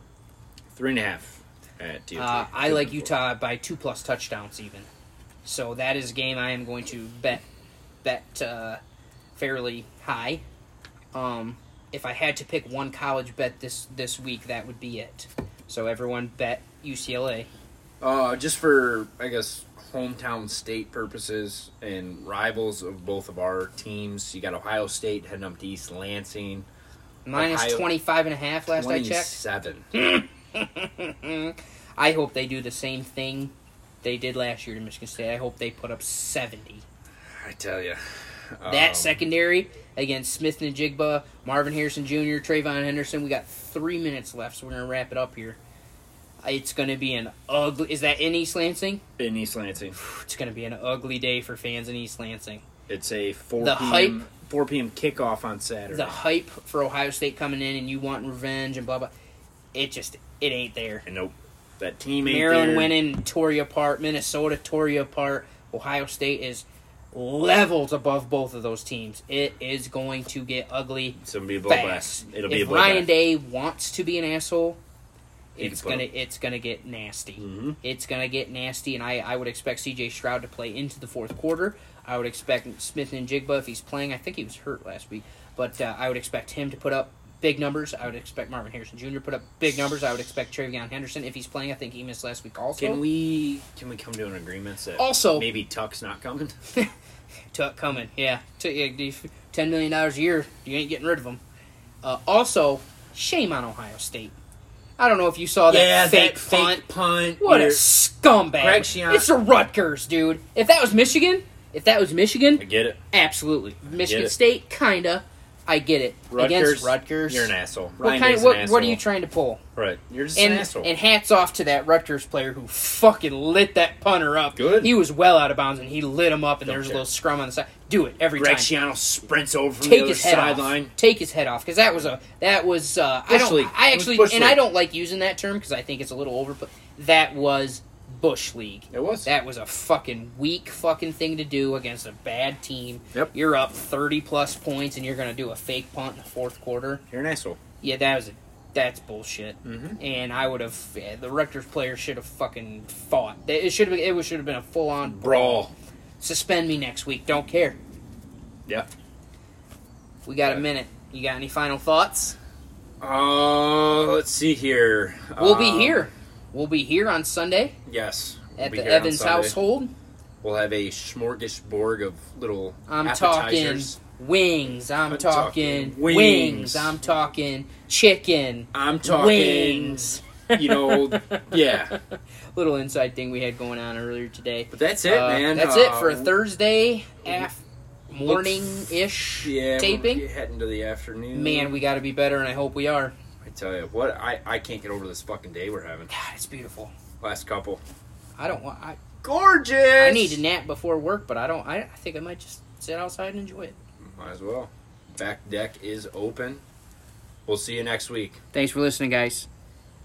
S1: Three and a half at DOT.
S2: Uh, I like Utah by two plus touchdowns even. So that is a game I am going to bet bet uh, fairly high. Um, if I had to pick one college bet this this week, that would be it. So everyone bet UCLA.
S3: Uh, just for I guess hometown state purposes and rivals of both of our teams, you got Ohio State heading up to East Lansing.
S2: Minus
S3: Ohio-
S2: 25 and a half last I checked.
S3: Twenty-seven.
S2: I hope they do the same thing they did last year to Michigan State. I hope they put up 70.
S3: I tell Um, you,
S1: Um,
S2: That secondary against Smith and Jigba, Marvin Harrison Jr., Trayvon Henderson. We got three minutes left, so we're gonna wrap it up here. It's gonna be an ugly. Is that in East Lansing?
S1: in East Lansing.
S2: It's gonna be an ugly day for fans in East Lansing.
S1: It's a four
S2: The
S1: p.m. four p.m. kickoff on Saturday.
S2: The hype for Ohio State coming in, and you want revenge and blah blah. It just it ain't there.
S1: and nope, that team ain't
S2: Maryland
S1: there.
S2: winning, tore you apart. Minnesota tore you apart. Ohio State is levels above both of those teams. It is going to get ugly.
S1: It's gonna be a
S2: fast.
S1: blowback. It'll
S2: if
S1: be a blowback.
S2: Ryan Day wants to be an asshole,
S1: He can
S2: it's
S1: put
S2: gonna
S1: him-
S2: it's gonna get nasty.
S1: Mhm.
S2: It's gonna get nasty, and I, I would expect C.J. Stroud to play into the fourth quarter. I would expect Smith and Jigba if he's playing. I think he was hurt last week, but uh, I would expect him to put up big numbers. I would expect Marvin Harrison Jr. to put up big numbers. I would expect Travion Henderson if he's playing. I think he missed last week also.
S1: Can we can we come to an agreement that
S2: Also-
S1: maybe Tuck's not coming?
S2: Tuck coming. Yeah, T- yeah, d- ten million dollars a year. You ain't getting rid of him. Uh, also, shame on Ohio State. I don't know if you saw Oh, that fake punt.
S1: punt.
S2: what a
S1: You're-
S2: scumbag!
S1: Greg Schiano-
S2: It's a Rutgers, dude. If that was Michigan, if that was
S1: I
S2: Michigan,
S1: get it.
S2: absolutely. Michigan
S1: it.
S2: State, kinda. I get it. Against Rutgers,
S1: You're an asshole.
S2: What kind of what, what are you trying to pull?
S1: Right. You're just
S2: And,
S1: an asshole.
S2: and hats off to that Rutgers player who fucking lit that punter up.
S1: Good.
S2: He was well out of bounds and he lit him up and
S1: Don't
S2: there's a
S1: care.
S2: little scrum on the side. Do it every
S1: Greg
S2: time.
S1: Schiano sprints over from the
S2: Take
S1: other
S2: his head
S1: sideline.
S2: off. Take his head off because that was a that was uh, I
S1: Bush
S2: don't
S1: league.
S2: I
S1: It was
S2: actually
S1: bush
S2: and I
S1: league.
S2: don't like using that term because I think it's a little over. But that was bush league.
S1: It was.
S2: That was a fucking weak fucking thing to do against a bad team.
S1: Yep.
S2: You're up thirty plus points and you're gonna do a fake punt in the fourth quarter.
S1: You're an asshole.
S2: Yeah, that was a, that's bullshit.
S1: Mm-hmm.
S2: And I would have the Rutgers player should have fucking fought. They- It should have it should have been a full on
S1: Brawl.
S2: Suspend me next week. Don't care.
S1: Yeah.
S2: We got a
S1: Yeah.
S2: minute. You got any final thoughts?
S3: Uh, let's see here.
S2: We'll be
S3: Um,
S2: here. We'll be here on Sunday
S3: Yes. we'll
S2: at
S3: be
S2: the
S3: here on
S2: Evans
S3: Sunday.
S2: household.
S3: We'll have a smorgasbord of little
S2: I'm
S3: appetizers.
S2: talking wings. I'm
S3: I'm
S2: talking,
S3: talking
S2: wings.
S3: wings.
S2: I'm talking chicken.
S3: I'm talking.
S2: Wings.
S3: You know, yeah.
S2: Little inside thing we had going on earlier today.
S3: But that's it,
S2: Uh,
S3: man.
S2: That's it for a
S3: Uh,
S2: Thursday af- morning ish
S3: Yeah,
S2: taping.
S3: We're heading to the afternoon.
S2: Man, we got to be better, and I hope we are.
S3: I tell you what, I I can't get over this fucking day we're having.
S2: God, it's beautiful.
S3: Last couple,
S2: I don't want. I,
S3: gorgeous.
S2: I need a nap before work, but I don't. I, I think I might just sit outside and enjoy it.
S3: Might as well. Back deck is open. We'll see you next week.
S2: Thanks for listening, guys.